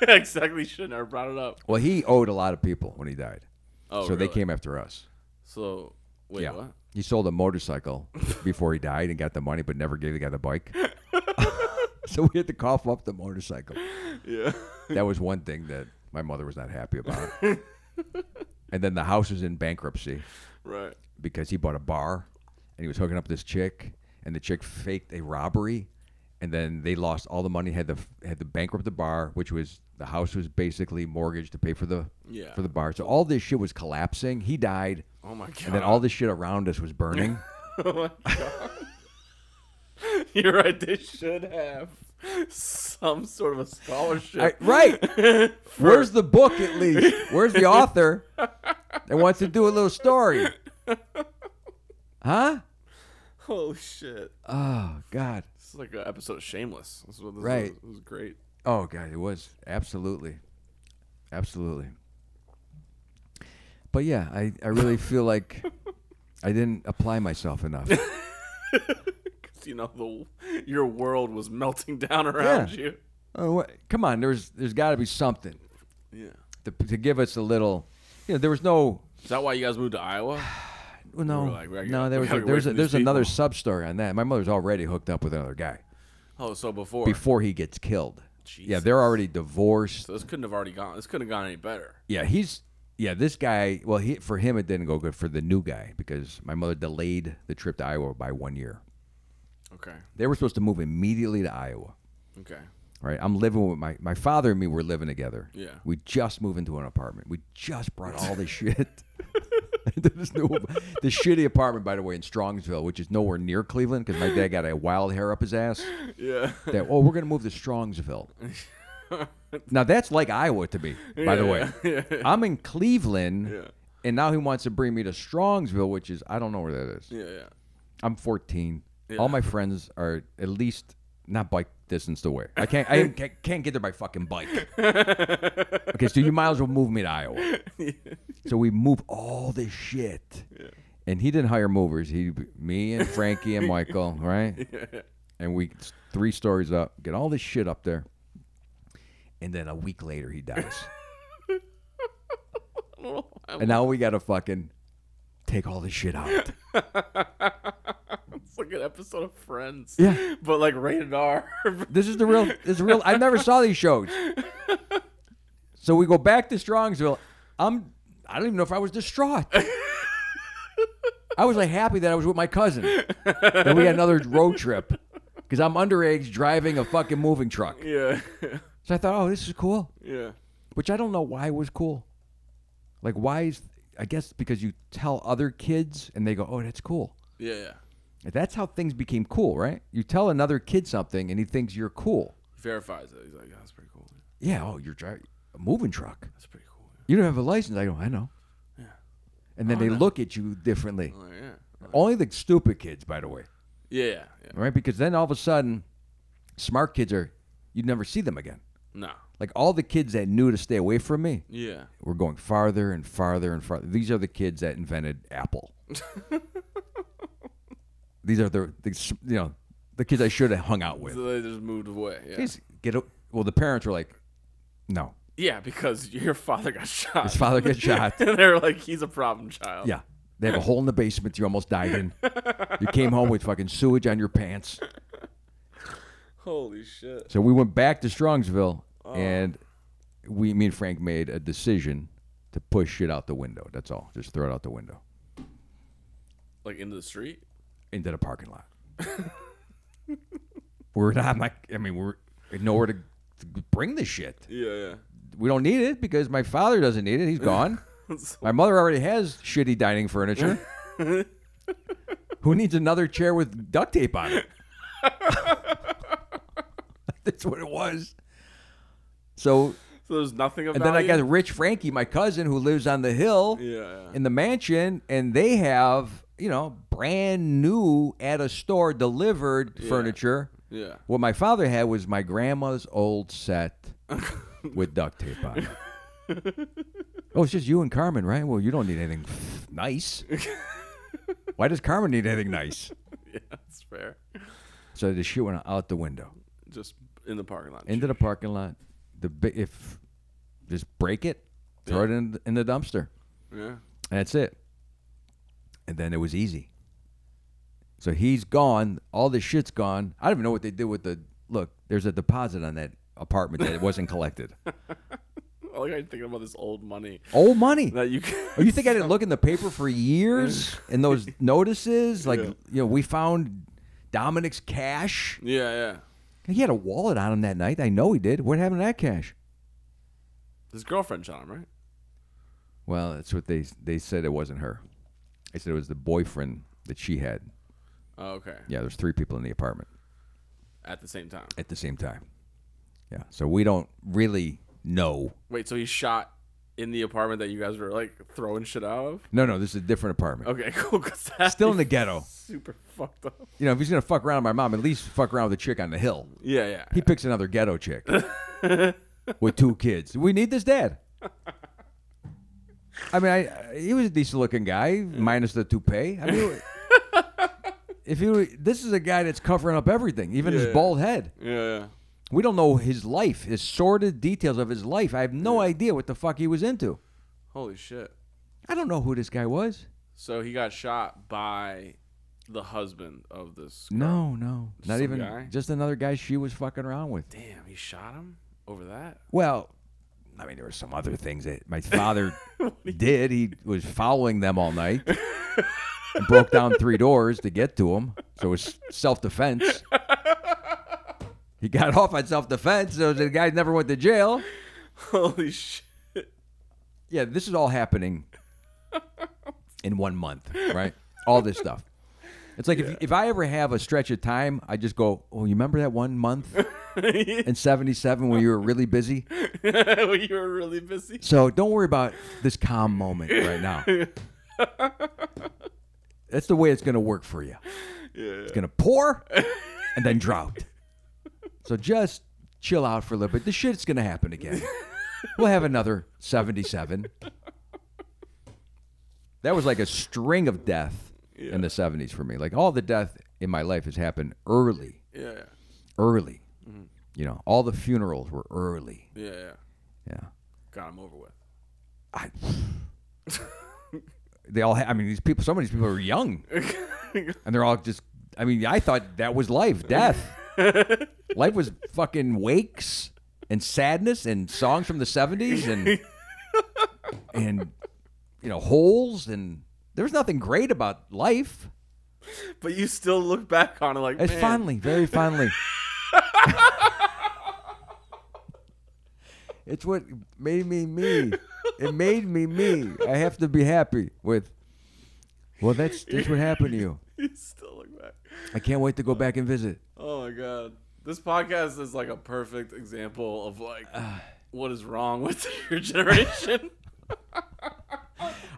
S1: exactly. Shouldn't have brought it up.
S2: Well, he owed a lot of people when he died,
S1: Oh,
S2: so they
S1: really?
S2: came after us.
S1: So wait,
S2: yeah,
S1: what?
S2: he sold a motorcycle (laughs) before he died and got the money, but never gave the guy the bike. (laughs) so we had to cough up the motorcycle.
S1: Yeah.
S2: That was one thing that my mother was not happy (laughs) about. and then the house was in bankruptcy
S1: (laughs) right.
S2: because he bought a bar and he was hooking up this chick, and the chick faked a robbery, and then they lost all the money. had the had to bankrupt the bar, which was the house was basically mortgaged to pay for the
S1: Yeah.
S2: for the bar. So all this shit was collapsing. He died,
S1: Oh my god. (laughs)
S2: and then all this shit around us was burning.
S1: Oh my god. (laughs) You're right. They should have some sort of a scholarship.
S2: (laughs) I- right? Where's the book at least? Where's the author that wants to do a little story? Huh?
S1: (laughs) Holy shit!
S2: Oh God.
S1: This is like an episode of Shameless. This is what this
S2: Right.
S1: Was, this was great.
S2: Oh god, it was absolutely, absolutely. But yeah, I, I really feel like I didn't apply
S1: (laughs)
S2: myself enough.
S1: 'Cause, you know the your world was melting down around
S2: Yeah.
S1: you.
S2: Oh, what, come on, there's there's got to be something
S1: Yeah.
S2: to, to give us a little. You know, there was no
S1: Is that why you guys moved to Iowa? (sighs)
S2: Well, no,
S1: were like, we gotta
S2: no.
S1: get-
S2: There
S1: we
S2: was
S1: gotta
S2: a,
S1: get
S2: there's
S1: away
S2: a,
S1: from
S2: there's
S1: these
S2: another
S1: people.
S2: sub story on that. My mother's already hooked up with another guy
S1: Oh, so before.
S2: before he gets killed. Yeah, they're already divorced.
S1: So this couldn't have already gone. This couldn't have gone any better.
S2: Yeah, he's yeah. This guy, well, he for him it didn't go good for the new guy because my mother delayed the trip to Iowa by one year.
S1: Okay.
S2: They were supposed to move immediately to Iowa.
S1: Okay.
S2: Right, I'm living with my my father and me. We're living together.
S1: Yeah.
S2: we just moved into an apartment. We just brought all this shit. (laughs) to this new, this shitty apartment, by the way, in Strongsville, which is nowhere near Cleveland, because my dad got a wild hair up his ass.
S1: (laughs) Yeah.
S2: That oh, we're gonna move to Strongsville. now that's like Iowa to me, by the way. I'm in Cleveland,
S1: Yeah.
S2: and now he wants to bring me to Strongsville, which is I don't know where that is.
S1: Yeah. (laughs) Yeah.
S2: I'm 14.
S1: Yeah.
S2: All my friends are at least not bike distance away. I can't. I can't, can't get there by fucking bike. okay, so you might as well move me to Iowa. So we move all this shit. And he didn't hire movers. He, me, and Frankie and Michael, right? And we three stories up, get all this shit up there, and then a week later he dies. and now we gotta fucking take all this shit out.
S1: It's like an episode of Friends.
S2: Yeah.
S1: But like rated R. (laughs)
S2: This is the real. This is real. I never saw these shows. So we go back to Strongsville. I'm. I don't even know if I was distraught. I was like happy that I was with my cousin. That we had another road trip because I'm underage driving a fucking moving truck.
S1: yeah. (laughs)
S2: So I thought, oh, this is cool.
S1: yeah.
S2: Which I don't know why was cool. Like why is? I guess because you tell other kids and they go, oh, that's cool.
S1: Yeah. Yeah.
S2: That's how things became cool, right? You tell another kid something and he thinks you're cool.
S1: Verifies it. He's like, yeah, that's pretty cool.
S2: Yeah, oh, you're driving a moving truck.
S1: That's pretty cool.
S2: You don't have a license. I go, I know.
S1: Yeah.
S2: And then they look at you differently.
S1: I'm like, yeah.
S2: Only the stupid kids, by the way,
S1: Yeah. Yeah. yeah.
S2: right? Because then all of a sudden, smart kids are, you'd never see them again.
S1: No.
S2: Like all the kids that knew to stay away from me
S1: Yeah.
S2: were going farther and farther and farther. These are the kids that invented Apple. These are the, the, s- you know, the kids I should have hung out with.
S1: So they just moved away. Yeah.
S2: These Get o- well, the parents were like, no,
S1: yeah, because your father got (laughs) shot.
S2: his father gets shot.
S1: (laughs) and they're like, he's a problem child.
S2: Yeah. They have a hole in the basement you almost died in. You came home with fucking sewage on your pants.
S1: Holy shit.
S2: So we went back to Strongsville and we me and Frank made a decision to push it out the window. That's all. Just throw it out the window.
S1: Like into the street?
S2: Into the parking lot. we're not like I mean, we're nowhere to, to bring the shit.
S1: Yeah.
S2: We don't need it because my father doesn't need it. He's gone.
S1: Yeah.
S2: My mother already has shitty dining furniture. Who needs another chair with duct tape on it? That's what it was. So,
S1: so there's nothing of
S2: and then I
S1: value?
S2: got Rich Frankie, my cousin, who lives on the hill
S1: Yeah.
S2: in the mansion, and they have, you know, brand new at a store delivered furniture.
S1: Yeah.
S2: What my father had was my grandma's old set with duct tape on it. oh, it's just you and Carmen, right? Well, you don't need anything nice. Why does Carmen need anything nice?
S1: (laughs) Yeah, that's fair.
S2: So the shit went out the window
S1: Just in the parking lot.
S2: into the parking lot. The bi- if just break it, throw it in in the dumpster.
S1: yeah.
S2: And that's it. And then it was easy. So he's gone. All this shit's gone. I don't even know what they did with the look. There's a deposit on that apartment that it wasn't collected.
S1: I like how you're thinking about this old money (laughs)
S2: Old money.
S1: that you can.
S2: Oh, you think I didn't look in the paper for years and (laughs) those notices? Like,
S1: Yeah.
S2: you know, we found Dominic's cash.
S1: (laughs) Yeah, yeah.
S2: He had a wallet on him that night. I know he did. What happened to that cash?
S1: His girlfriend shot him, right?
S2: Well, that's what they they said. It wasn't her. They said it was the boyfriend that she had.
S1: Oh, okay.
S2: Yeah, there's three people in the apartment.
S1: At the same time.
S2: at the same time. Yeah. So we don't really know.
S1: Wait, so he shot in the apartment that you guys were like throwing shit out of?
S2: No, no, this is a different apartment.
S1: Okay, (laughs) cool. 'cause that'd
S2: Still in
S1: be
S2: the ghetto.
S1: super fucked up.
S2: You know, if he's gonna fuck around with my mom, at least fuck around with the chick on the hill.
S1: Yeah, yeah.
S2: He picks another ghetto chick with two kids. We need this dad. I mean, I, I- he was a decent looking guy, minus the toupee. I mean, if he, were- this is a guy that's covering up everything, even
S1: Yeah.
S2: his bald head.
S1: yeah, yeah.
S2: We don't know his life, his sordid details of his life. I have no idea what the fuck he was into.
S1: Holy shit.
S2: I don't know who this guy was.
S1: So he got shot by the husband of this. girl.
S2: No, no, not
S1: Some
S2: even
S1: guy?
S2: just another guy she was fucking around with.
S1: Damn, he shot him over that? (laughs)
S2: Well, I mean, there were some other things that my father did. He was following them all night. and broke down three doors to get to him, so it was self defense. He got off on self defense, so the guy never went to jail.
S1: Holy shit. (laughs)
S2: Yeah, this is all happening in one month, right? All this stuff. It's like if, if I ever have a stretch of time, I just go, oh, you remember that one month in 77 when you were really busy?
S1: you were really busy.
S2: So don't worry about this calm moment right now. That's the way it's going to work for you. It's going to pour and then drought. So just chill out for a little bit. This shit's going to happen again. We'll have another 77. That was like a string of death in the 70s for me. Like all the death in my life has happened early,
S1: Yeah,
S2: early. You know, all the funerals were early.
S1: yeah, yeah.
S2: Yeah.
S1: Got him over with.
S2: I, they all. Ha- I mean, these people. Some of these people are young, and they're all just. I mean, I thought that was life, death. life was fucking wakes and sadness and songs from the seventies and and you know holes and there was nothing great about life.
S1: But you still look back on it like,
S2: It's
S1: man,
S2: fondly, very fondly. it's what made me me. It made me me. I have to be happy with. Well, that's that's what happened to you.
S1: (laughs) you still look back.
S2: I can't wait to go back and visit.
S1: Oh my god. This podcast is like a perfect example of like
S2: Uh.
S1: what is wrong (laughs) with your generation. (laughs)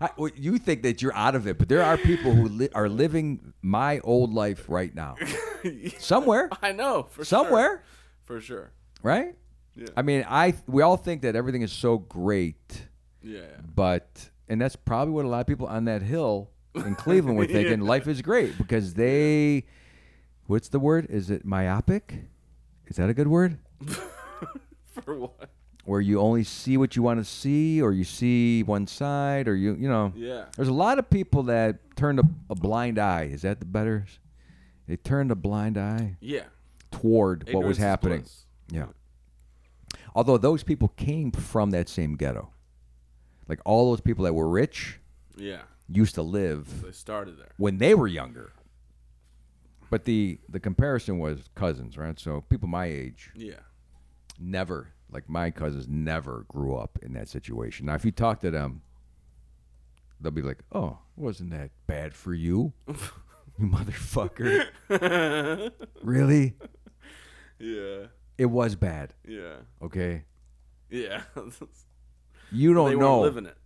S2: I, well, you think that you're out of it, but there are people who li- are living my old life right now, somewhere,
S1: I know (laughs) for sure.
S2: somewhere.
S1: for sure.
S2: Right?
S1: Yeah.
S2: I mean, I we all think that everything is so great.
S1: Yeah,
S2: but and that's probably what a lot of people on that hill
S1: (laughs)
S2: in Cleveland were thinking. Life is great because they, what's the word? Is it myopic? Is that a good word?
S1: for what?
S2: Where you only see what you want to see, or you see one side, or you you know.
S1: Yeah.
S2: There's a lot of people that turned a, a blind eye. Is that the better? They turned a blind eye
S1: Yeah.
S2: toward what
S1: Ignorance
S2: was
S1: is
S2: happening.
S1: bliss.
S2: Yeah. Although those people came from that same ghetto, like all those people that were rich
S1: Yeah.
S2: used to live
S1: They started there.
S2: when they were younger. But the the comparison was cousins, right? So people my age
S1: Yeah. (laughs)
S2: never, like my cousins, never grew up in that situation. Now, if you talk to them, they'll be like, "Oh, wasn't that bad for
S1: (laughs)
S2: you, you motherfucker? really?
S1: Yeah.
S2: It was bad.
S1: Yeah.
S2: Okay,
S1: Yeah. (laughs)
S2: you
S1: they
S2: don't
S1: weren't
S2: know,
S1: living it.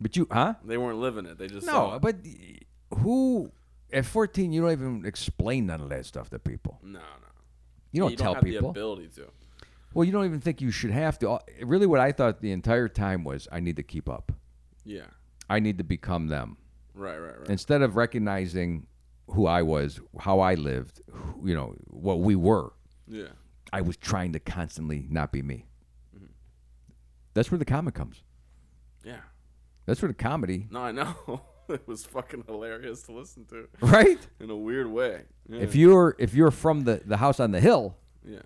S2: but you, huh?
S1: They weren't living it. They just saw
S2: Oh, No,
S1: it.
S2: but who?" At 14, you don't even explain none of that stuff to people.
S1: no, no.
S2: You don't
S1: you don't
S2: tell
S1: have the
S2: people.
S1: ability to.
S2: Well, you don't even think you should have to. Uh, Really, what I thought the entire time was I need to keep up.
S1: Yeah.
S2: I need to become them.
S1: Right, right, right.
S2: Instead of recognizing who I was, how I lived, who- you know, what we were,
S1: yeah.
S2: I was trying to constantly not be me.
S1: Mm-hmm.
S2: That's where the comic comes.
S1: Yeah.
S2: That's where
S1: (laughs)
S2: the comedy,
S1: No, I know. it was fucking hilarious to listen to
S2: right?
S1: in a weird way. Yeah.
S2: If you're if you're from the, the house on the hill,
S1: yeah.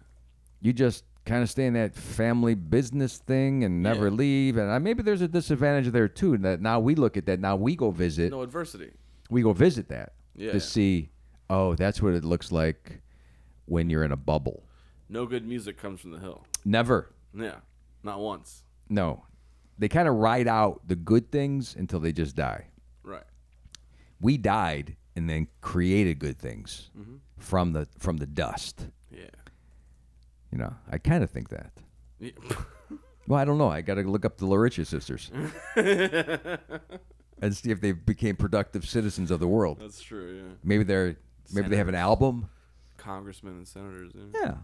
S2: you just kind of stay in that family business thing and never leave. And I, maybe there's a disadvantage there too. That now we look at that. Now we go visit.
S1: No adversity.
S2: we go visit that
S1: Yeah.
S2: to see oh that's what it looks like when you're in a bubble
S1: No good music comes from the hill.
S2: never
S1: Yeah. Not once.
S2: no they kind of ride out the good things until they just die
S1: Right.
S2: we died and then created good things from the from the dust
S1: Yeah.
S2: you know i kind of think that
S1: yeah. (laughs)
S2: well i don't know i gotta look up the lauritia sisters and see if they became productive citizens of the world
S1: That's true. Yeah.
S2: maybe they're maybe they have an album
S1: Congressmen and senators. Yeah.
S2: Yeah.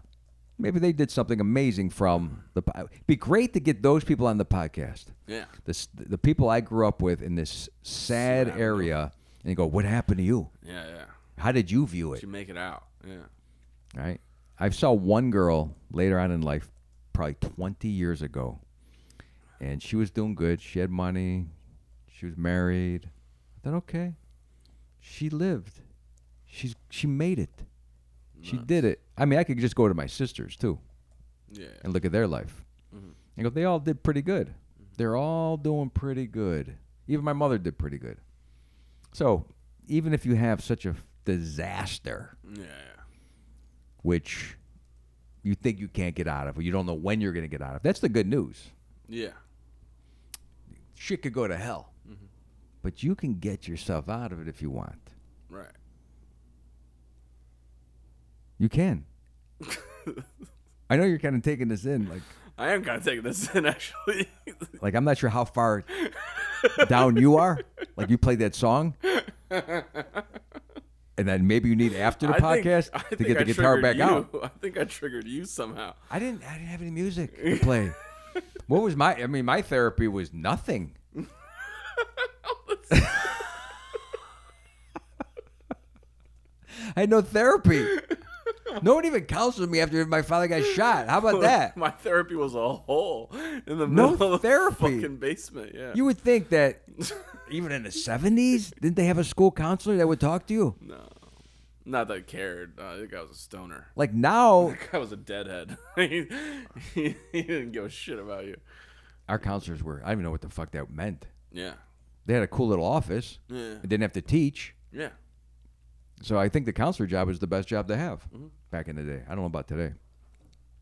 S2: Maybe they did something amazing from the. po- It'd be great to get those people on the podcast.
S1: Yeah.
S2: The, s- the people I grew up with in this sad area and go, what happened to you?
S1: Yeah. yeah.
S2: How did you view it?
S1: You make it out. Yeah.
S2: Right? I saw one girl later on in life, probably 20 years ago, and she was doing good. She had money. She was married. I thought, okay, she lived. She's she made it. She did it. I mean, I could just go to my sisters too
S1: Yeah.
S2: and look at their life and go, they all did pretty good. They're all doing pretty good. Even my mother did pretty good. So even if you have such a disaster,
S1: Yeah.
S2: which you think you can't get out of, or you don't know when you're going to get out of, that's the good news.
S1: Yeah.
S2: Shit could go to hell, but you can get yourself out of it if you want.
S1: Right.
S2: You can. I know you're kind of taking this in, like,
S1: I am kind of taking this in (laughs) actually.
S2: like I'm not sure how far down you are. Like you played that song, and then maybe you need after the
S1: I think-
S2: podcast
S1: I
S2: to
S1: think
S2: get
S1: I
S2: the guitar
S1: triggered
S2: back
S1: you.
S2: out.
S1: (laughs) I think I triggered you somehow.
S2: I didn't. I didn't have any music to play. what was my? I mean, my therapy was nothing. (laughs) I had no therapy. No one even counseled me after my father got shot. How about that?
S1: (laughs) My therapy was a hole in the
S2: No
S1: middle of
S2: therapy.
S1: the fucking basement. Yeah.
S2: You would think that even in the seventies, didn't they have a school counselor that would talk to you?
S1: no. Not that I cared. Uh, that guy was a stoner. (laughs)
S2: Like now,
S1: That guy was a deadhead. (laughs) he, he, he didn't give a shit about you.
S2: our counselors were. I don't even know what the fuck that meant.
S1: Yeah.
S2: They had a cool little office.
S1: Yeah.
S2: and didn't have to teach.
S1: Yeah.
S2: So I think the counselor job is the best job to have back in the day. I don't know about today.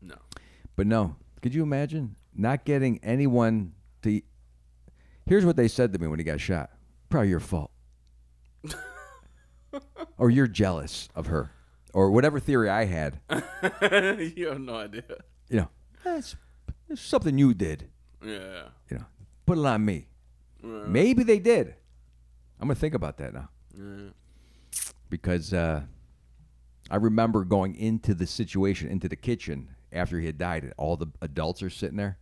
S1: No. (laughs)
S2: But no, could you imagine not getting anyone to? e-, Here's what they said to me when he got shot. Probably your fault, or you're jealous of her, or whatever theory I had.
S1: you have no idea.
S2: You know, that's, that's something you did.
S1: Yeah.
S2: You know, put it on me. Maybe they did. I'm gonna think about that now
S1: Yeah.
S2: because uh, I remember going into the situation, into the kitchen after he had died, and all the adults are sitting there.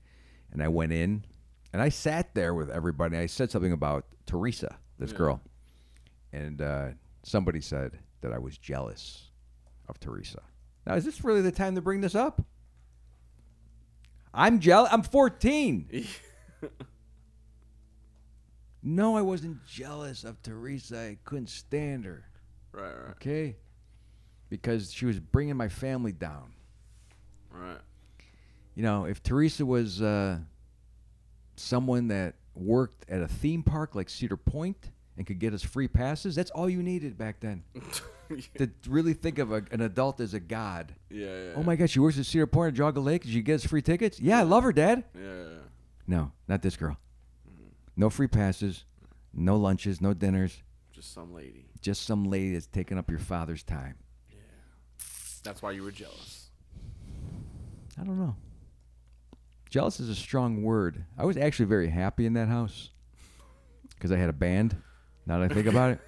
S2: And I went in and I sat there with everybody. I said something about Teresa, this girl. And uh, somebody said that I was jealous of Teresa. Now, is this really the time to bring this up? I'm jealous. I'm 14. no, I wasn't jealous of Teresa. I couldn't stand her
S1: (laughs) Right, right,
S2: okay? Because she was bringing my family down.
S1: right.
S2: You know, if Teresa was uh, someone that worked at a theme park like Cedar Point and could get us free passes, that's all you needed back then. to really think of a, an adult as a god.
S1: Yeah, yeah.
S2: Oh my gosh, she works at Cedar Point at Jogga Lake. Did you get us free tickets? Yeah, I love her, Dad.
S1: Yeah, yeah.
S2: No, not this girl. No free passes, no lunches, no dinners.
S1: Just some lady.
S2: Just some lady that's taking up your father's time.
S1: That's why you were jealous. (laughs)
S2: I don't know. Jealous is a strong word. I was actually very happy in that house because I had a band. Now that I think about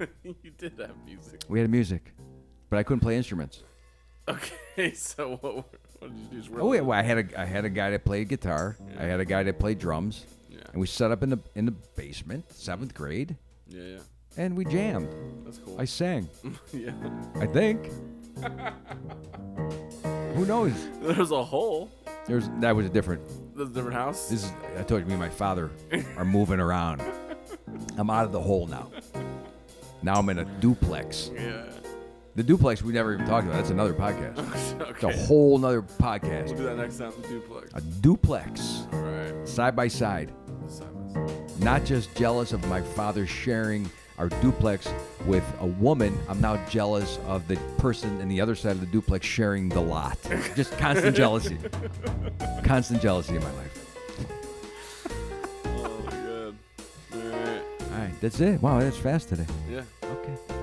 S2: it,
S1: you did have music.
S2: we had music, but I couldn't play instruments.
S1: Okay, (laughs) so what, were, what did you do? Just
S2: Oh yeah, well, I had a I had a guy that played guitar. I had a guy that played drums,
S1: Yeah.
S2: and we set up in the in the basement, seventh grade,
S1: Yeah, yeah.
S2: and we jammed.
S1: That's cool.
S2: I sang.
S1: (laughs) yeah.
S2: I think. Who knows?
S1: There's a hole.
S2: There's that was a different
S1: There's a different house.
S2: This is, I told you, me and my father are moving around. I'm out of the hole now. Now I'm in a duplex.
S1: yeah. (laughs)
S2: The duplex we never even talked about. That's another podcast. It's
S1: okay.
S2: a whole nother
S1: We'll
S2: podcast.
S1: do that next time. The duplex.
S2: A duplex,
S1: All right.
S2: side by side.
S1: Simon.
S2: Not just jealous of my father sharing our duplex with a woman, I'm now jealous of the person in the other side of the duplex sharing the lot. Just constant jealousy. Constant jealousy in my life.
S1: Oh my god. All right.
S2: All right, that's it. Wow, that's fast today.
S1: Yeah.
S2: Okay.